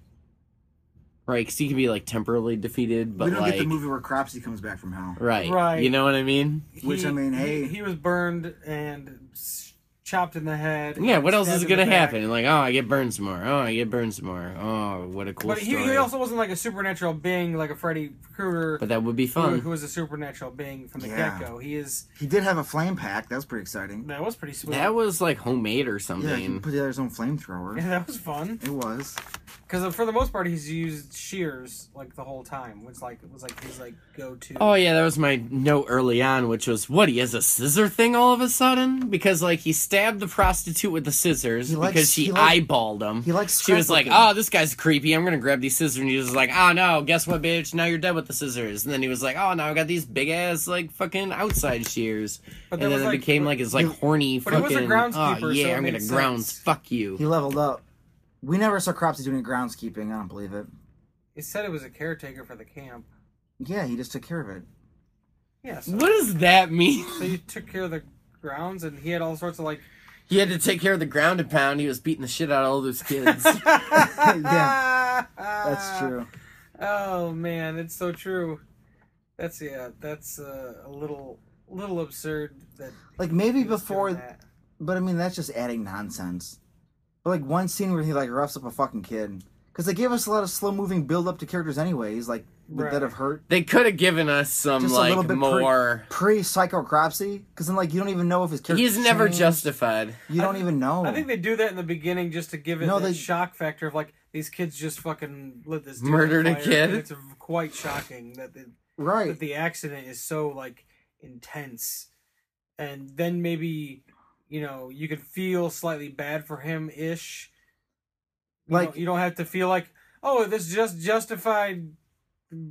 right? 'cause he can be like temporarily defeated, but we don't like, get the movie where Cropsy comes back from hell. right? Right. You know what I mean? which, he- I mean, he- hey. he, was burned and s- chopped in the head. Yeah. What else stabbed is in the gonna back. happen? Like, oh, I get burned some more. Oh, I get burned some more. Oh, what a cool But he, story. he also wasn't like a supernatural being like a Freddy Krueger. but that would be Who, fun. who was a supernatural being from the Yeah. get go? He is. He did have a flame pack. That was pretty exciting. That was pretty smooth. That was like homemade or Yeah, he something. put together his own flamethrower. Yeah, that was fun. It was. Because for the most part, he's used shears like the whole time. Which like was like his like go to. Oh yeah, that was my note early on, which was what he has a scissor thing all of a sudden because like he stabbed the prostitute with the scissors He likes- because she he like- eyeballed him. he likes she was like, scrapbooking. "Oh, this guy's creepy. I'm gonna grab these scissors." And he was like, "Oh no, guess what, bitch? Now you're dead with the scissors." And then he was like, "Oh, now I got these big ass like fucking outside shears." But there and then was, it like- became but- like his like but- horny but he fucking. was a groundskeeper, so oh yeah, it I'm made gonna grounds. sense. Fuck you. He leveled up. We never saw Cropsy doing any groundskeeping. I don't believe it. It said it was a caretaker for the camp. Yeah, he just took care of it. Yeah. So, What does that mean? so you took care of the grounds, and he had all sorts of like. He had to take care of the ground and pound. He was beating the shit out of all those kids. Yeah, Uh, That's true. Oh man, it's so true. That's yeah. That's uh, a little little absurd that Like maybe he was doing before, that. but I mean that's just adding nonsense. But like one scene where he like roughs up a fucking kid because they gave us a lot of slow moving build up to characters anyways. Like would Right. that have hurt? They could have given us some Just a like little bit pre- more. Pre psycho Cropsy, because then like you don't even know if his character. He's never changed. justified. You don't even know. I think they do that in the beginning just to give it Oh. No, that they- shock factor of like These kids just fucking lit this dude Murdered on a fire, kid? and It's quite shocking that the, Right. that the accident is so like intense, and then maybe you know you could feel slightly bad for him ish. Like- you, don't- you don't have to feel like oh this just justified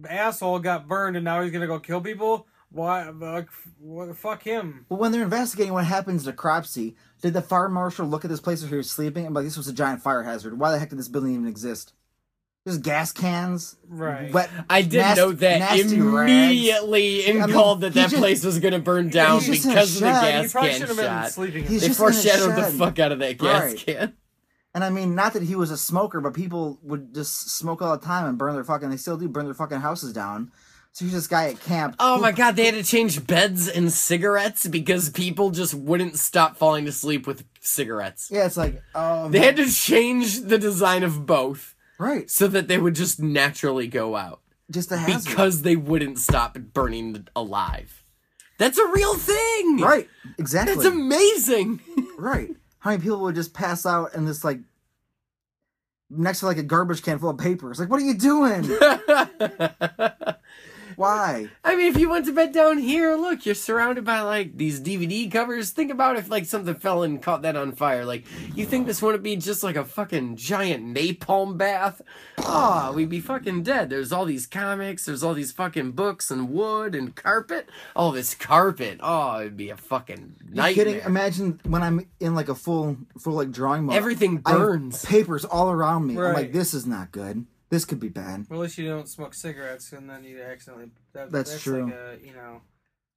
asshole got burned and now he's gonna go kill people. Why? Like, f- wh- fuck him. Well, when they're investigating what happens to Cropsey, did the fire marshal look at this place where he was sleeping and be like, this was a giant fire hazard? Why the heck did this building even exist? There's gas cans, Right. wet. I did nasty- know that nasty rags. immediately and I mean, called that he that just- place was gonna burn down he's just in a because of the shed. He he gas probably can should have been shot. sleeping. He's They just in a foreshadowed the shed. fuck out of that gas Right. can. And I mean, not that he was a smoker, but people would just smoke all the time and burn their fucking. They still do burn their fucking houses down. So here's this guy at camp. Oh who- my god, they had to change beds and cigarettes because people just wouldn't stop falling to sleep with cigarettes. Yeah, it's like oh, They had to change the design of both right, so that they would just naturally go out just a hazard. because they wouldn't stop burning alive. That's a real thing. right, exactly. That's amazing. Right. How many people would just pass out and this like next to like a garbage can full of paper? It's like, what are you doing? Why? I mean, if you went to bed down here, look, you're surrounded by like these DVD covers. Think about if like something fell and caught that on fire. Like, you think this wouldn't be just like a fucking giant napalm bath? Oh, we'd be fucking dead. There's all these comics, there's all these fucking books and wood and carpet. All this carpet. Oh, it'd be a fucking You nightmare. kidding? Imagine when I'm in like a full full like drawing mode. Everything I have burns. papers all around me. I'm Right. like, this is not good. This could be bad. Well, at least you don't smoke cigarettes, and then you accidentally. That, That's that's true. Like a, you know,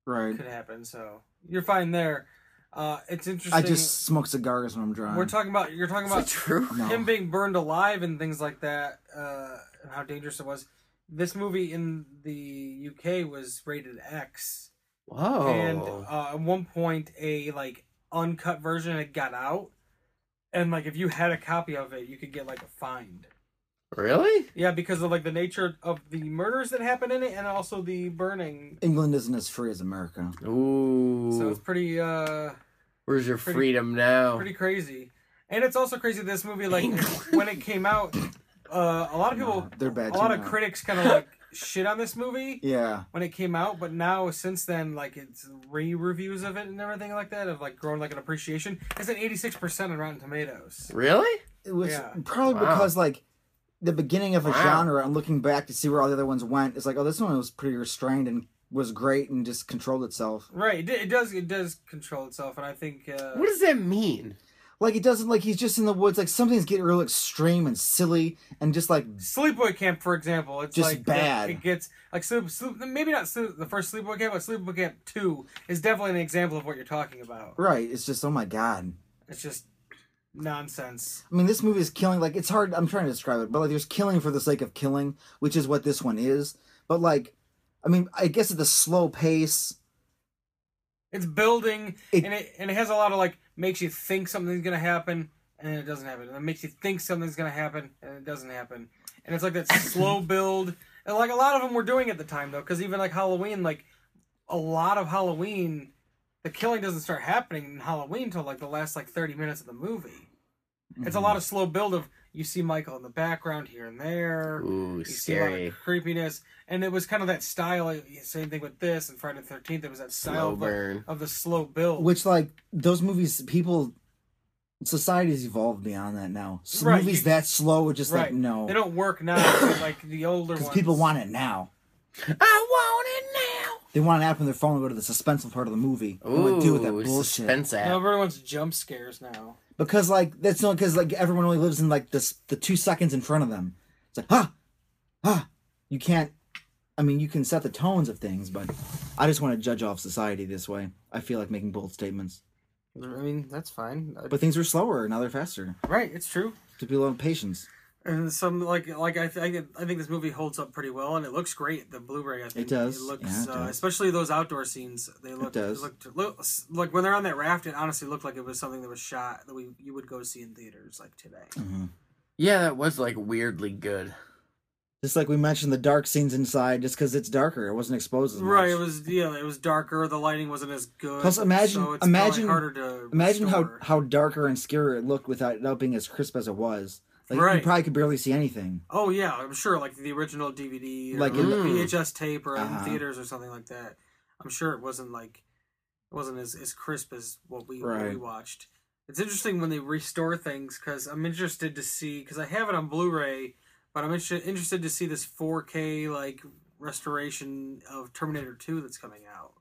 Right. could happen. So you're fine there. Uh, it's interesting. I just smoke cigars when I'm drawing. we're talking about you're talking Is that about true? No. him being burned alive and things like that, uh, and how dangerous it was. This movie in the UK was rated X, Whoa. and Oh. uh, at one point a like uncut version had got out, and like if you had a copy of it, you could get like a fine. really? Yeah, because of like the nature of the murders that happened in it, and also the burning. England isn't as free as America. Ooh. So it's pretty, uh, Where's your pretty- freedom now? pretty crazy. And it's also crazy this movie, like when it came out, uh, a lot of people, They're bad. a lot too of now. critics, kind of like shit on this movie Yeah. when it came out. But now, since then, like it's re-reviews of it and everything like that have like grown like an appreciation. It's an eighty-six percent on Rotten Tomatoes. really? It was Yeah. probably Wow. because like the beginning of a Wow. genre and looking back to see where all the other ones went, it's like, oh, this one was pretty restrained and was great and just controlled itself. Right? It, it does. It does control itself, and I think. Uh, What does that mean? Like it doesn't like he's just in the woods. Like something's getting real extreme and silly and just like Sleepaway Camp, for example, it's Just like bad. It, it gets like sleep, sleep, maybe not sleep, the first Sleepaway Camp, but Sleepaway Camp Two is definitely an example of what you're talking about. right. It's just oh my god. It's just nonsense. I mean, this movie is killing. Like it's hard. I'm trying to describe it, but like there's killing for the sake of killing, which is what this one is. But like, I mean, I guess at the slow pace. It's building, It- and it and it has a lot of like makes you think something's gonna happen, and it doesn't happen. And it makes you think something's gonna happen, and it doesn't happen. And it's like that slow build, and like a lot of them were doing at the time though, because even like Halloween, like a lot of Halloween, the killing doesn't start happening in Halloween until like the last like thirty minutes of the movie. It's a Mm-hmm. lot of slow build of you see Michael in the background here and there. Ooh, You see a lot of creepiness, and it was kind of that style. like, Same thing with this and Friday the Thirteenth. It was that style Slow of the, burn. of the slow build. Mm-hmm. which like those movies people society's evolved beyond that now so Right, movies you- that slow are just like They no don't work now like the older because ones. people want it now I want they want an app on their phone to go to the suspenseful part of the movie it now. Ooh, do with that bullshit suspense app. Now everyone wants jump scares now. because like that's not because like everyone only lives in like this the two seconds in front of them it's like ah ah you can't i mean you can set the tones of things but i just want to judge off society this way i feel like making bold statements I mean, that's fine. Uh, but things are slower now they're faster right, it's true. to be a little patience And some like like I think I think this movie holds up pretty well, and it looks great. The Blu-ray, I think does. It looks Yeah, it Uh, does. especially those outdoor scenes. They look does. looked looks like when they're on that raft. It honestly looked like it was something that was shot that we you would go see in theaters like today. Yeah, that was like weirdly good. Just like we mentioned, the dark scenes inside, just because it's darker, it wasn't exposed as much. Right, it was yeah, it was darker. The lighting wasn't as good. Plus, imagine- so it's probably imagine- harder to Imagine how restore. how darker and scarier it looked without it not being as crisp as it was. Like you Right. probably could barely see anything. Oh yeah, I'm sure like the original DVD, or Like like in the- VHS tape, or in Uh-huh. theaters or something like that. I'm sure it wasn't like it wasn't as, as crisp as what we what we Right. watched. It's interesting when they restore things because I'm interested to see because I have it on Blu-ray, but I'm interested interested to see this 4K like restoration of Terminator 2 that's coming out.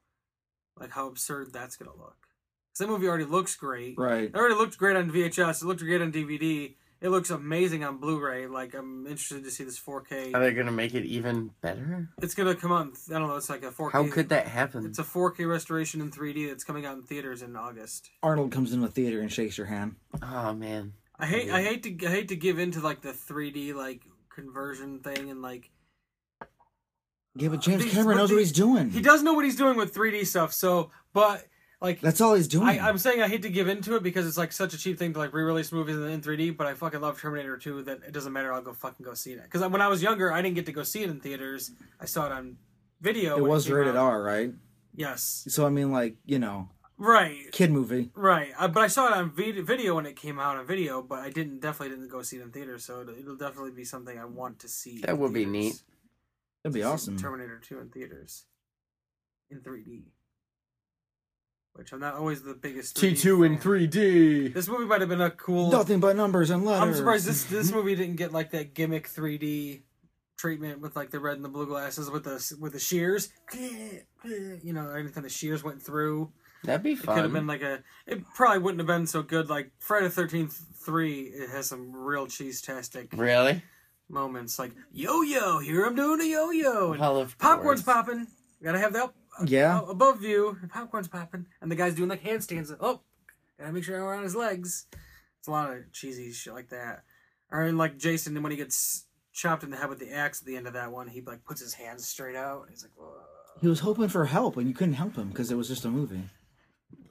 Like how absurd that's gonna look. 'Cause that movie already looks great. Right. It already looked great on VHS. It looked great on DVD. It looks amazing on Blu-ray. Like I'm interested to see this 4K. Are they gonna make it even better? It's gonna come out. In, I don't know. It's like a 4K. How could that happen? It's a 4K restoration in 3D that's coming out in theaters in August. Arnold comes into a theater and shakes your hand. oh man. I hate. I hate to. I hate to give in to like the 3D like conversion thing and like Yeah, but James these- Cameron but knows what these- he's doing. he does know what he's doing with 3D stuff. So, but like That's all he's doing. I, I'm saying I hate to give into it because it's like such a cheap thing to like re-release movies in, in 3D, but I fucking love Terminator 2 that it doesn't matter. I'll go fucking go see it because when I was younger, I didn't get to go see it in theaters. I saw it on video. it when was came rated out. R, right? Yes, So I mean, like you know, right, kid movie. right. I, but I saw it on vid- video when it came out on video, but I didn't definitely didn't go see it in theaters. So it'll, it'll definitely be something I want to see. That in would be theaters. That'd be To see awesome. Terminator 2 in theaters in 3D, which I'm not always the biggest 3D fan. 3D. This movie might have been a cool. Nothing but numbers and letters. I'm surprised this this movie didn't get like that gimmick 3D treatment with like the red and the blue glasses with the with the shears. You know, anything the shears went through, That'd be it could have been fun. like a. It probably wouldn't have been so good. Like Friday the Thirteenth Three, it has some real cheese tastic Really? moments. Like yo yo, here I'm doing a yo yo, Oh, and Well, of popcorn's course. popping. Gotta have that Yeah. uh, above you. and Popcorn's popping, and the guy's doing like handstands. Oh, gotta make sure I'm on his legs. It's a lot of cheesy shit like that. Or in like Jason, when he gets chopped in the head with the axe at the end of that one, he like puts his hands straight out. And he's like, Whoa. He was hoping for help, and you couldn't help him because it was just a movie.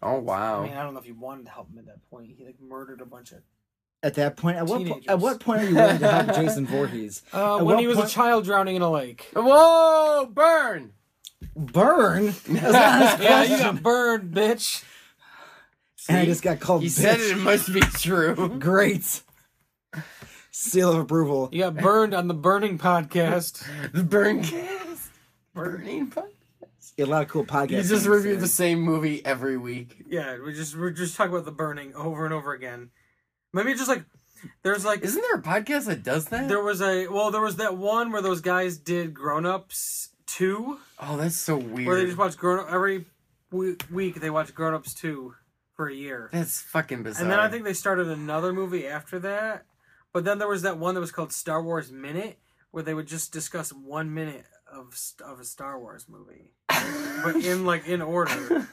Oh I wow. mean, I don't know if he wanted to help him at that point. He like murdered a bunch of. At that point, at what po- Teenagers. at what point are you willing to help Jason Voorhees? Uh, when At what he was point- a child drowning in a lake. Whoa, burn! Burn. That's not his Yeah, you question. got burned, bitch. and I just got called. He bitch. said it, it must be true. Great. Seal of approval. You got burned on the Burning podcast. the burn cast. Burning podcast. A lot of cool podcasts. You just things review today. the same movie every week. Yeah, we just we're just talking about the burning over and over again. Maybe just like there's like Isn't there a podcast that does that? There was a well, there was that one where those guys did Grown Ups Two, Oh, that's so where they weird. just watched Grown Up every we- week. They watched Grown Ups Two for a year, That's fucking bizarre. and then I think they started another movie after that. But then there was that one that was called Star Wars Minute, where they would just discuss one minute of st- of a Star Wars movie, but in like in order,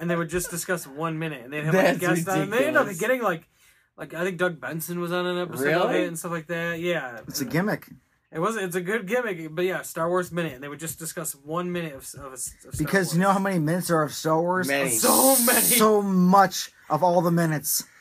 and they would just discuss one minute, and they'd have like, That's guests on, and they ended up ridiculous. getting like. Like I think Doug Benson was on an episode of Really? it and stuff like that. Yeah, It's a gimmick It was it's a good gimmick, but yeah, Star Wars minute, and they would just discuss one minute of, of, of Star because you know how many minutes are of Star Wars. Many. so many. So much of all the minutes,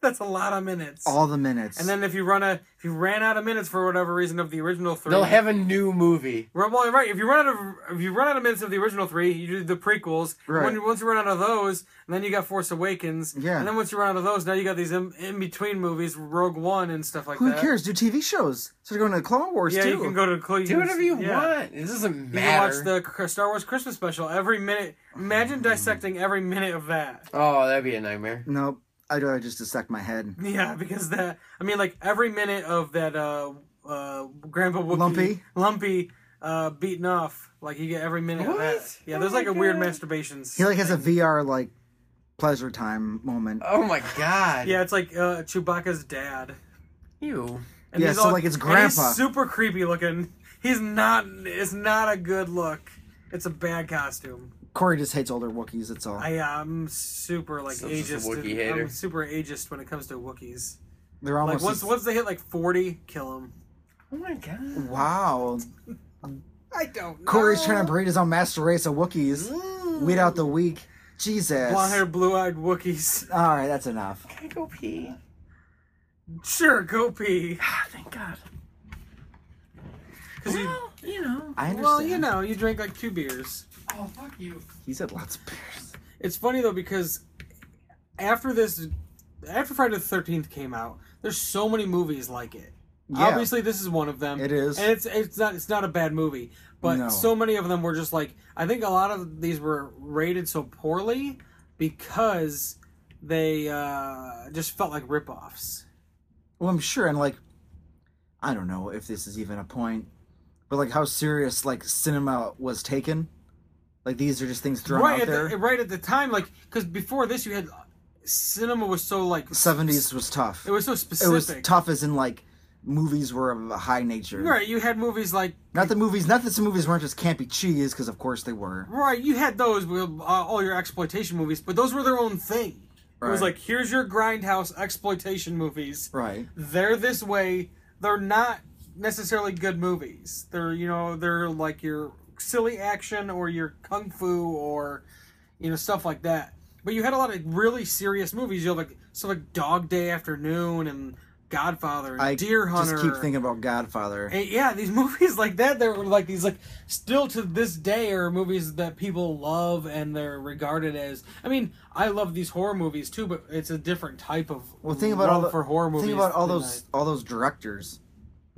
That's a lot of minutes. all the minutes. and then if you run a if you ran out of minutes for whatever reason of the original three, they'll have a new movie. Well, well, right. If you run out of if you run out of minutes of the original three, you do the prequels. Right. When, once you run out of those, and then you got Force Awakens. Yeah. And then once you run out of those, now you got these in, in between movies, Rogue One and stuff like who that. cares? Do TV shows. So they're going to the Clone Wars Yeah, too. you can go to the cl- Do whatever you yeah. want. It doesn't You can matter. watch the Cr- Star Wars Christmas special every minute. Oh, Imagine dissecting every minute of that. Oh, that'd be a nightmare. nope. I'd rather just dissect my head. Yeah, because that I mean, like every minute of that uh uh Grandpa Wookie, Lumpy? Lumpy uh beaten off, like you get every minute of that. What? Yeah, Oh there's my like a weird God. masturbation. He like has a VR like pleasure time moment. Oh my god. yeah, it's like uh Chewbacca's dad. You. And Yeah, he's so, like, it's and Grandpa. he's super creepy looking. He's not. It's not a good look. It's a bad costume. Corey just hates older Wookiees. That's all. I am super like So just a ageist. Wookiee and- hater. I'm super ageist when it comes to Wookiees. They're Like almost. once as- once they hit like forty, kill them. Oh my god. Wow. I don't. know. Corey's trying to breed his own master race of Wookiees. Weed out the weak. Jesus. blonde haired, blue eyed Wookiees. All right, that's enough. Can I go pee? Sure, go pee. Ah, thank God. 'Cause you, Well, you know. I understand. well, you know, you drink like two beers. Oh, fuck you. He's had lots of beers. It's funny though because after this, after Friday the Thirteenth came out, There's so many movies like it. Yeah. Obviously, this is one of them. It is. and it's it's not it's not a bad movie, but No. so many of them were just like I think a lot of these were rated so poorly because they uh, just felt like ripoffs. Well, I'm sure, and like, I don't know if this is even a point, but like how serious like cinema was taken. Like these are just things thrown Right out at there. the, right at the time, like because before this you had uh, cinema was so like Seventies was tough. It was so It specific. was tough, as in like movies were of a high nature. Right, you had movies like Not that movies, not that some movies weren't just campy cheese, because of course they were. Right, you had those with uh, all your exploitation movies, but those were their own thing. It was Right. like, here's your grindhouse exploitation movies. Right. They're this way. They're not necessarily good movies. They're you know they're like your silly action or your kung fu or you know stuff like that. But you had a lot of really serious movies. You have like stuff like Dog Day Afternoon and Godfather and I Deer Hunter. just keep thinking about Godfather. And yeah, these movies like that, there were like these like still to this day are movies that people love and they're regarded as. I mean, I love these horror movies too, but it's a different type of Well, think about all love the, for horror movies. Think about all than those all those directors. I-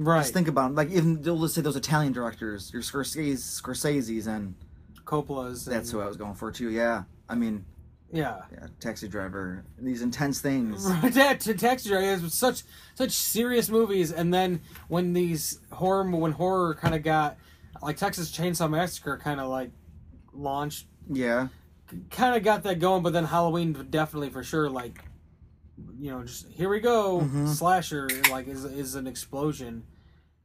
right? Just think about 'em. like even let's say those Italian directors, your Scorsese, Scorsese's, and Coppola's. and- that's who I was going for too. Yeah, I mean, yeah. yeah, Taxi Driver, these intense things. Right, that to Taxi Driver is such such serious movies, and then when these horror when horror kind of got like Texas Chainsaw Massacre kind of like launched Yeah, kind of got that going, but then Halloween definitely for sure, like, you know, just here we go, Mm-hmm. slasher, like, is, is an explosion.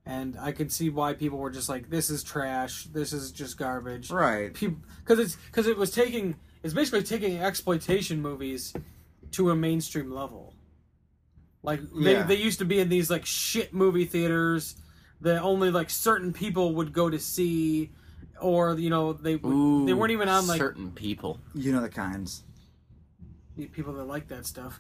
And I could see why people were just like, this is trash, this is just garbage. right. Because it's because it was taking it's basically taking exploitation movies to a mainstream level. Like they, Yeah. they used to be in these like shit movie theaters that only like certain people would go to see, or you know they would, they weren't even on like certain people. You know the kinds. the people that like that stuff.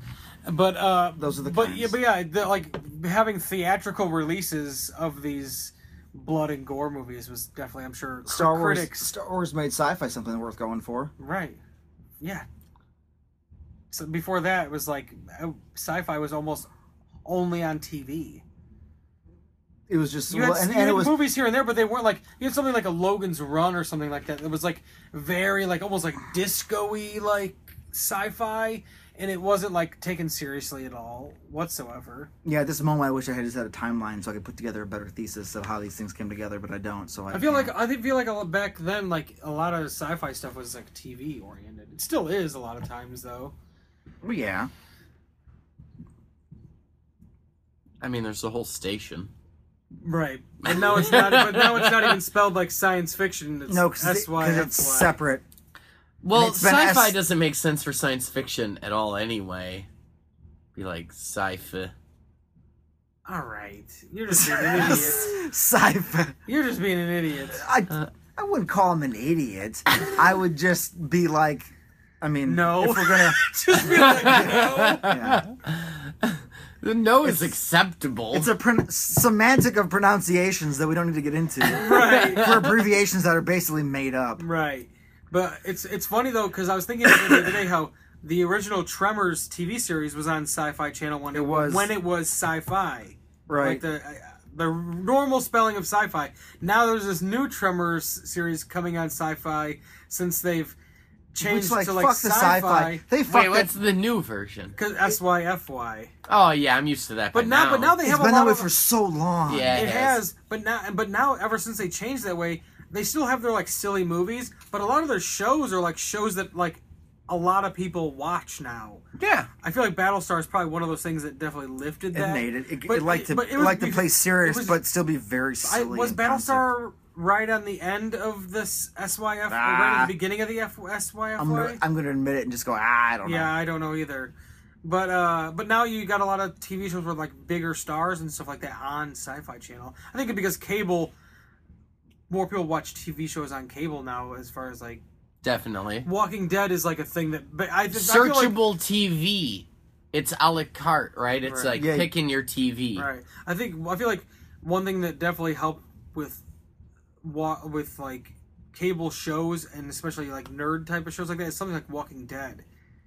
But uh, Those are the but kinds. yeah, but yeah, the, like having theatrical releases of these blood and gore movies was definitely, I'm sure, Star Wars. critics Star Wars made sci-fi something worth going for. right, yeah. So before that, it was like uh, sci-fi was almost only on TV. It was just You had, well, and, you and had it was movies here and there, but they weren't like you had something like a Logan's Run or something like that. It was like very like almost like disco-y like sci-fi, and it wasn't like taken seriously at all whatsoever. yeah. At this moment, I wish I had just had a timeline so I could put together a better thesis of how these things came together, but I don't. So I, I feel can't. like I think- feel like a lot back then, like a lot of sci-fi stuff was like TV oriented. It still is a lot of times though. Well, yeah. I mean, there's a whole station. Right, but now it's not. but now it's not even spelled like science fiction. It's No, that's because why it's separate. Well, it's been sci-fi S- doesn't make sense for science fiction at all, anyway. Be like sci-fi. All right, you're just being an idiot. Uh. Sci-fi. You're just being an idiot. I, I wouldn't call him an idiot. I would just be like, I mean, No. if we're gonna, just being like, no. yeah. The no is acceptable. it's a pron- semantic of pronunciations that we don't need to get into right, for abbreviations that are basically made up. right. But it's it's funny though because I was thinking the other day how the original Tremors TV series was on Sci-Fi Channel when it, was. when it was sci-fi. Right. like the uh, the normal spelling of sci-fi. Now there's this new Tremors series coming on sci-fi since they've changed Which like to fuck like the sci-fi. sci-fi. They Wait, fucked what's it. the new version? Because S Y F Y. Oh yeah, I'm used to that. But by now, but now they It's have been a that lot way of for so long. yeah, it has. But now, but now, ever since they changed that way, they still have their like silly movies. But a lot of their shows are like shows that like a lot of people watch now. Yeah. I feel like Battlestar is probably one of those things that definitely lifted It that. made it. It, But it liked to but it was liked to bef- play it serious, was- but still be very I, silly. was in concept. Battlestar right on the end of this SYF, right Ah. at the beginning of the F- SYFY? I'm gonna, I'm gonna admit it and just go. Ah, I don't yeah, know. I don't know either. But uh, but now you got a lot of TV shows with like bigger stars and stuff like that on Sci-Fi Channel. I think it because cable, more people watch TV shows on cable now. As far as like definitely. Walking Dead is like a thing that, but I, just, I feel like, Searchable TV. It's a la carte, right? It's Right. like Yeah. picking your TV. Right. I think I feel like one thing that definitely helped with wa- with like cable shows and especially like nerd type of shows like that is something like Walking Dead.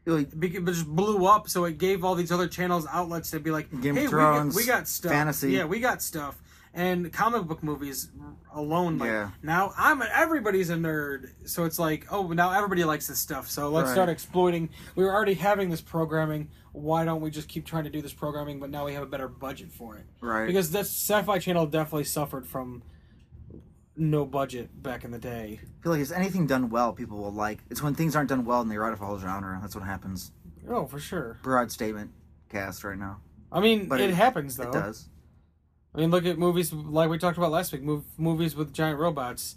like Bec- But just blew up, so it gave all these other channels outlets to be like, Game of "Hey, we Thrones, got, we got stuff, fantasy." yeah, we got stuff." And comic book movies alone, like Yeah. now I'm a, everybody's a nerd, so it's like, oh, now everybody likes this stuff, so let's Right. start exploiting. We were already having this programming. Why don't we just keep trying to do this programming? But now we have a better budget for it, right because this Sci-Fi Channel definitely suffered from no budget back in the day. I feel like if anything done well, people will like. It's when things aren't done well and they write off a whole genre. That's what happens. Oh, for sure. Broad statement cast right now. I mean, But it, it- happens though. It does. I mean, look at movies like we talked about last week. Mov- movies with giant robots.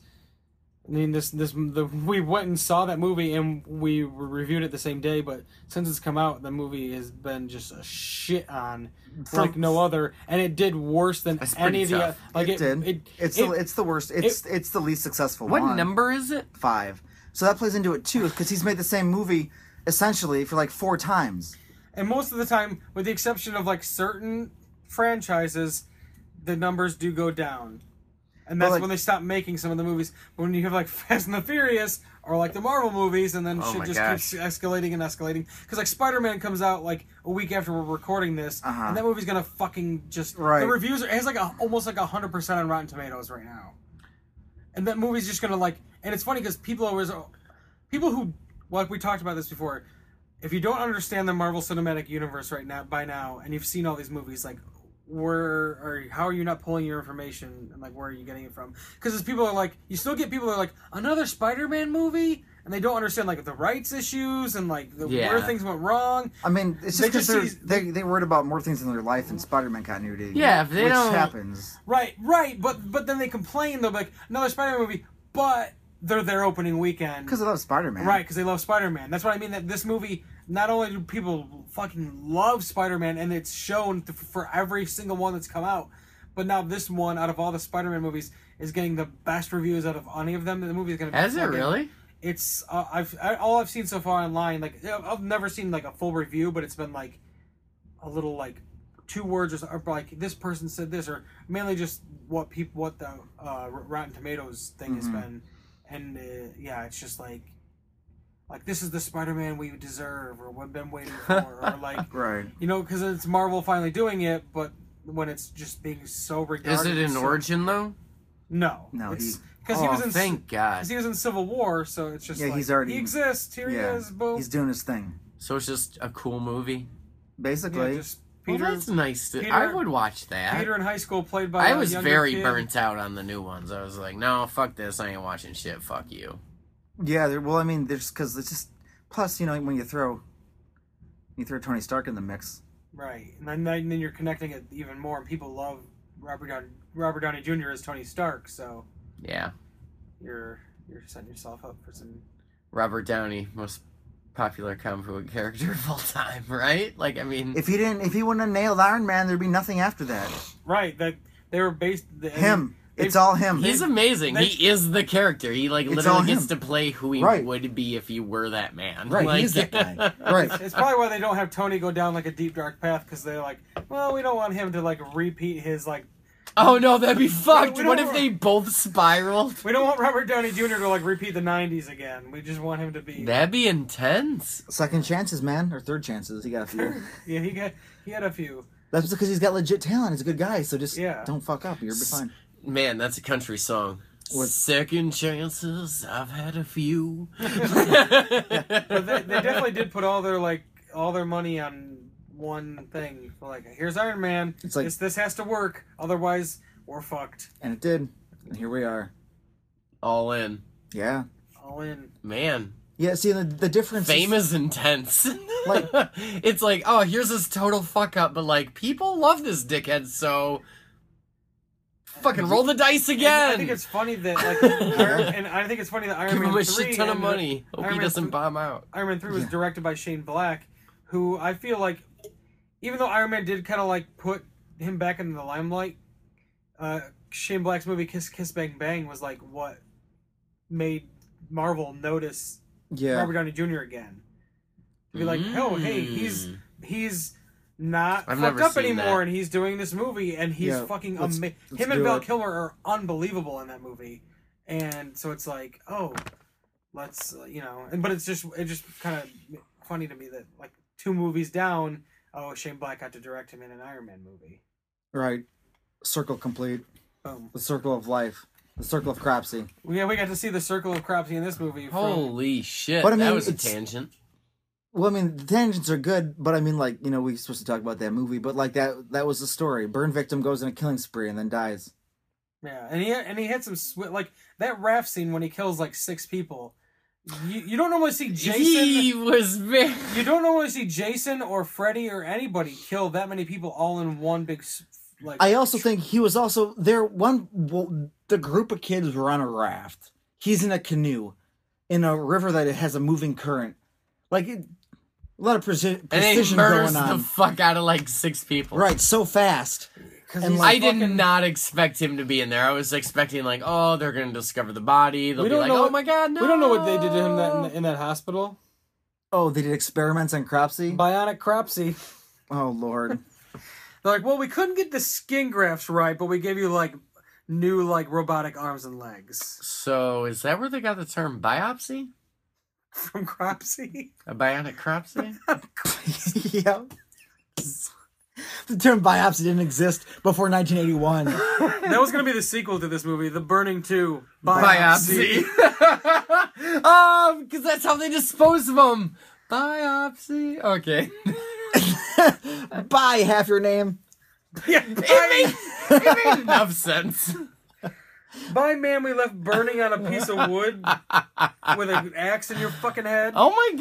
I mean, this this the we went and saw that movie and we reviewed it the same day. But since it's come out, the movie has been just a shit on like no other, and it did worse than That's pretty any of the tough. like it, did. It, it's it- the it's the worst. It's it's the least successful What one. number is it? Five. So that plays into it too, because he's made the same movie essentially for like four times. and most of the time, with the exception of like certain franchises, the numbers do go down, and But, that's like- when they stop making some of the movies. But when you have like Fast and the Furious or like the Marvel movies, and then Oh shit my just gosh. keeps escalating and escalating. Because like Spider Man comes out like a week after we're recording this, Uh-huh. and that movie's gonna fucking just Right. the reviews are it has like a, almost like hundred percent on Rotten Tomatoes right now, and that movie's just gonna like. And it's funny because people always people who like we talked about this before if you don't understand the marvel cinematic universe right now by now and you've seen all these movies like where or how are you not pulling your information and like where are you getting it from because people are like you still get people that are like another spider-man movie and they don't understand like the rights issues and like the, Yeah. where things went wrong I mean, it's They just because just they see- they they worried about more things in their life than Spider-Man continuity. Yeah, if they which don't- happens. right right but but then they complain they're like another spider-man movie but they're their opening weekend Because I love Spider-Man. Right, because they love Spider Man. That's what I mean. That this movie, not only do people fucking love Spider Man, and it's shown th- for every single one that's come out, but now this one out of all the Spider Man movies is getting the best reviews out of any of them. The movie is gonna be Has it fucking- really? It's uh, I've I, all I've seen so far online. Like I've I've never seen like a full review, but it's been like a little like two words or, so- or like this person said this, or mainly just what people what the uh, Rotten Tomatoes thing has Mm-hmm. Mhm. been, and uh, yeah, it's just like like this is the Spider-Man we deserve or we've been waiting for, or like Right. you know because it's Marvel finally doing it, but when it's just being so Is regarded, it an so- origin though? No, No, it's- he- because he oh, was in thank God. because he was in Civil War, so it's just Yeah, like, he's already- he exists. Here yeah, he is. Boom. He's doing his thing. So it's just a cool movie. yeah, Basically, just Peter. well, that's nice. To, Peter- I would watch that. Peter in high school played by I a was younger very kid. burnt out on the new ones. I was like, no, fuck this. I ain't watching shit. Fuck you. Yeah, there, well, I mean, there's because it's just plus, you know, when you throw you throw Tony Stark in the mix, Right, and then, then you're connecting it even more. And people love Robert Downey, Robert Downey Jr. as Tony Stark, so Yeah. you're you're setting yourself up for some. Robert Downey, most popular comic book character of all time, right? Like, I mean, if he didn't, if he wouldn't have nailed Iron Man, there'd be nothing after that. Right, that they were based the, Him, They- it's all him. he's amazing. they- he is the character. He, like, It's all literally gets him. to play who he Right. would be if he were that man. right, Like, he's that guy. right, It's probably why they don't have Tony go down like a deep dark path because they're like, well, we don't want him to like repeat his like. Oh, no, that'd be fucked. we what don't if they both spiraled? We don't want Robert Downey Jr. to like repeat the '90s again. We just want him to be. That'd be intense. second chances, man, or third chances. He got a few. yeah, he got he had a few. That's because he's got legit talent. He's a good guy, so just Yeah. don't fuck up. You'll be fine. Man, that's a country song. What? Second chances, I've had a few. But they, they definitely did put all their like all their money on one thing. Like, here's Iron Man. It's like- this, this has to work, otherwise we're fucked. And it did, and here we are. All in. Yeah, All in. Man, yeah. See the the difference. is- fame is intense. Like- it's like, oh, here's this total fuck up, but like people love this dickhead, so fucking roll the dice I think again. it's funny that like, Iron, and I think it's funny that Iron Give Man him a three shit ton of and- uh, money. Hope Iron he Man doesn't th- bomb out. Iron Man 3 was Yeah. directed by Shane Black, who I feel like, even though Iron Man did kind of like put him back in the limelight, uh, Shane Black's movie Kiss Kiss Bang Bang was like what made Marvel notice yeah. Robert Downey Jr. again. To be like, oh, hey, he's Mm. he's not I've fucked never up seen anymore, that. and he's doing this movie, and he's Yeah, fucking let's- amazing. let's Him and do Val it. Kilmer are unbelievable in that movie, and so it's like, oh, let's uh, you know. And but it's just it just kind of funny to me that like two movies down, oh Shane Black got to direct him in an Iron Man movie. Right. Circle complete. Boom. The circle of life. The circle of cropsy. We yeah, we got to see the circle of Cropsey in this movie. from- Holy shit! But I mean, that was a it's- tangent. Well, I mean, the tangents are good, but I mean, like, you know, we're supposed to talk about that movie, but like that—that was the story. Burn victim goes in a killing spree and then dies. Yeah, and he and he had some swi like that raft scene when he kills like six people. You, you don't normally see Jason. He was very. You don't normally see Jason or Freddy or anybody kill that many people all in one big s- like. I also think he was also there. One, well, the group of kids were on a raft. He's in a canoe in a river that it has a moving current. Like it, a lot of preci- And then he precision murders going the on. fuck out of like six people. right, so fast. And he's like, I did not expect him to be in there. I was expecting like, oh, they're gonna discover the body. They'll We be don't like, know oh what- my god, no. we don't know what they did to him that in, in that hospital. oh, they did experiments on cropsy. Bionic Cropsy. Oh Lord, They're like, well, we couldn't get the skin grafts right, but we gave you like new like robotic arms and legs So is that where they got the term biopsy? from Cropsy. A bionic cropsy? yeah. The term biopsy didn't exist before 1981. that was gonna be the sequel to this movie, The Burning Two biopsy. um, because that's how they dispose of them. Biopsy. Okay. Bye, half your name. Yeah, by, it made enough sense. by man, we left burning on a piece of wood with an axe in your fucking head. Oh my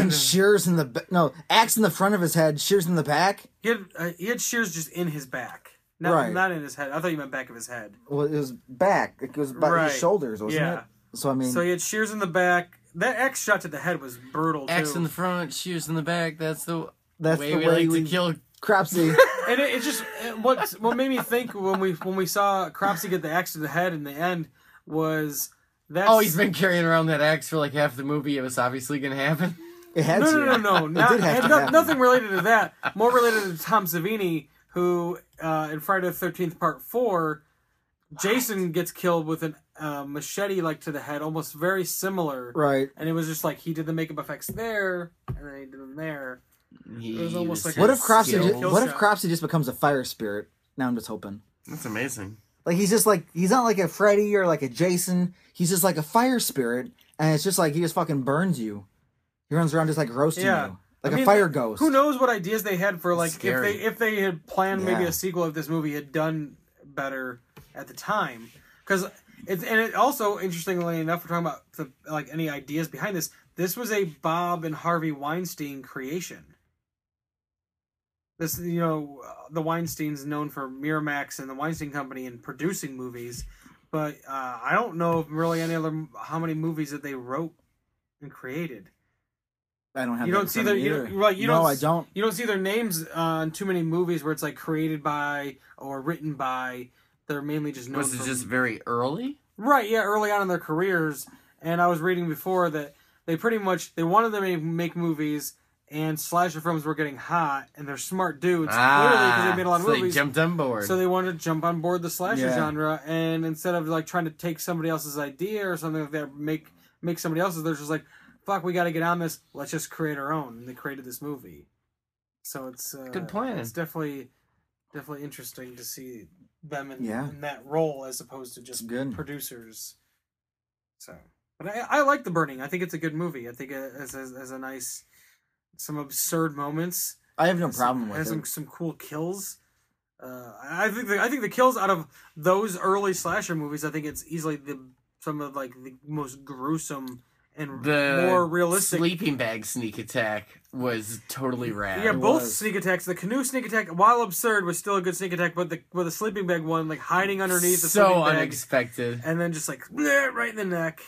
And shears in the ba- no axe in the front of his head, shears in the back. He had uh, he had shears just in his back, not Right. not in his head. I thought you meant back of his head. Well, it was back. It was by Right. his shoulders, wasn't Yeah. it? So I mean, So he had shears in the back. That axe shot to the head was brutal too. Axe in the front, shoes in the back. That's the that's way the we way like we to kill. Cropsy. and it, it just it, what what made me think when we when we saw Cropsy get the axe to the head in the end was that's Oh, he's been carrying around that axe for like half the movie. It was obviously gonna happen. It had no to. no no no not, did have had to no- happen. nothing related to that. More related to Tom Savini, who uh, in Friday the Thirteenth Part Four, Jason gets killed with an uh, machete like to the head, almost very similar. Right. and it was just like he did the makeup effects there, and then he did them there. He was almost like- What if Cropsy? skilled. ju- Kill what if shot. Cropsy just becomes a fire spirit? Now I'm just hoping. That's amazing. Like he's just like he's not like a Freddy or like a Jason. He's just like a fire spirit, and it's just like he just fucking burns you. He runs around just like roasting Yeah. you, like I mean, a fire ghost. Who knows what ideas they had for like Scary. if they if they had planned maybe Yeah. a sequel of this movie had done better at the time because it's and it also interestingly enough we're talking about the, like any ideas behind this. This was a Bob and Harvey Weinstein creation. This you know uh, the Weinstein's known for Miramax and the Weinstein Company and producing movies, but uh, I don't know if really any other how many movies that they wrote and created. I don't have. You that don't in see front their of me you either. don't, right, you no, don't I s- don't. you don't see their names on too many movies where it's like created by or written by. They're mainly just known. Was it from- just very early? right? Yeah, early on in their careers. And I was reading before that they pretty much they wanted them to make movies, and slasher films were getting hot, and they're smart dudes clearly because they made a lot of Ah, so movies. They jumped on board. So they wanted to jump on board the slasher Yeah. genre, and instead of like trying to take somebody else's idea or something like that, make make somebody else's, they're just like, "Fuck, we got to get on this. Let's just create our own." And they created this movie. So it's uh, Good plan. It's definitely definitely interesting to see them in, Yeah. in that role as opposed to It's just good. producers. So, but I, I like the burning. I think it's a good movie. I think it has, has, has a nice some absurd moments I have no has problem with has it. some some cool kills. Uh, I I think the, I think the kills out of those early slasher movies, I think it's easily the some of like the most gruesome and the more realistic. sleeping bag sneak attack was totally rad. yeah, both was. sneak attacks. The canoe sneak attack, while absurd, was still a good sneak attack. But the with the sleeping bag one, like hiding underneath the so sleeping bag, unexpected. and then just like bleh, right in the neck.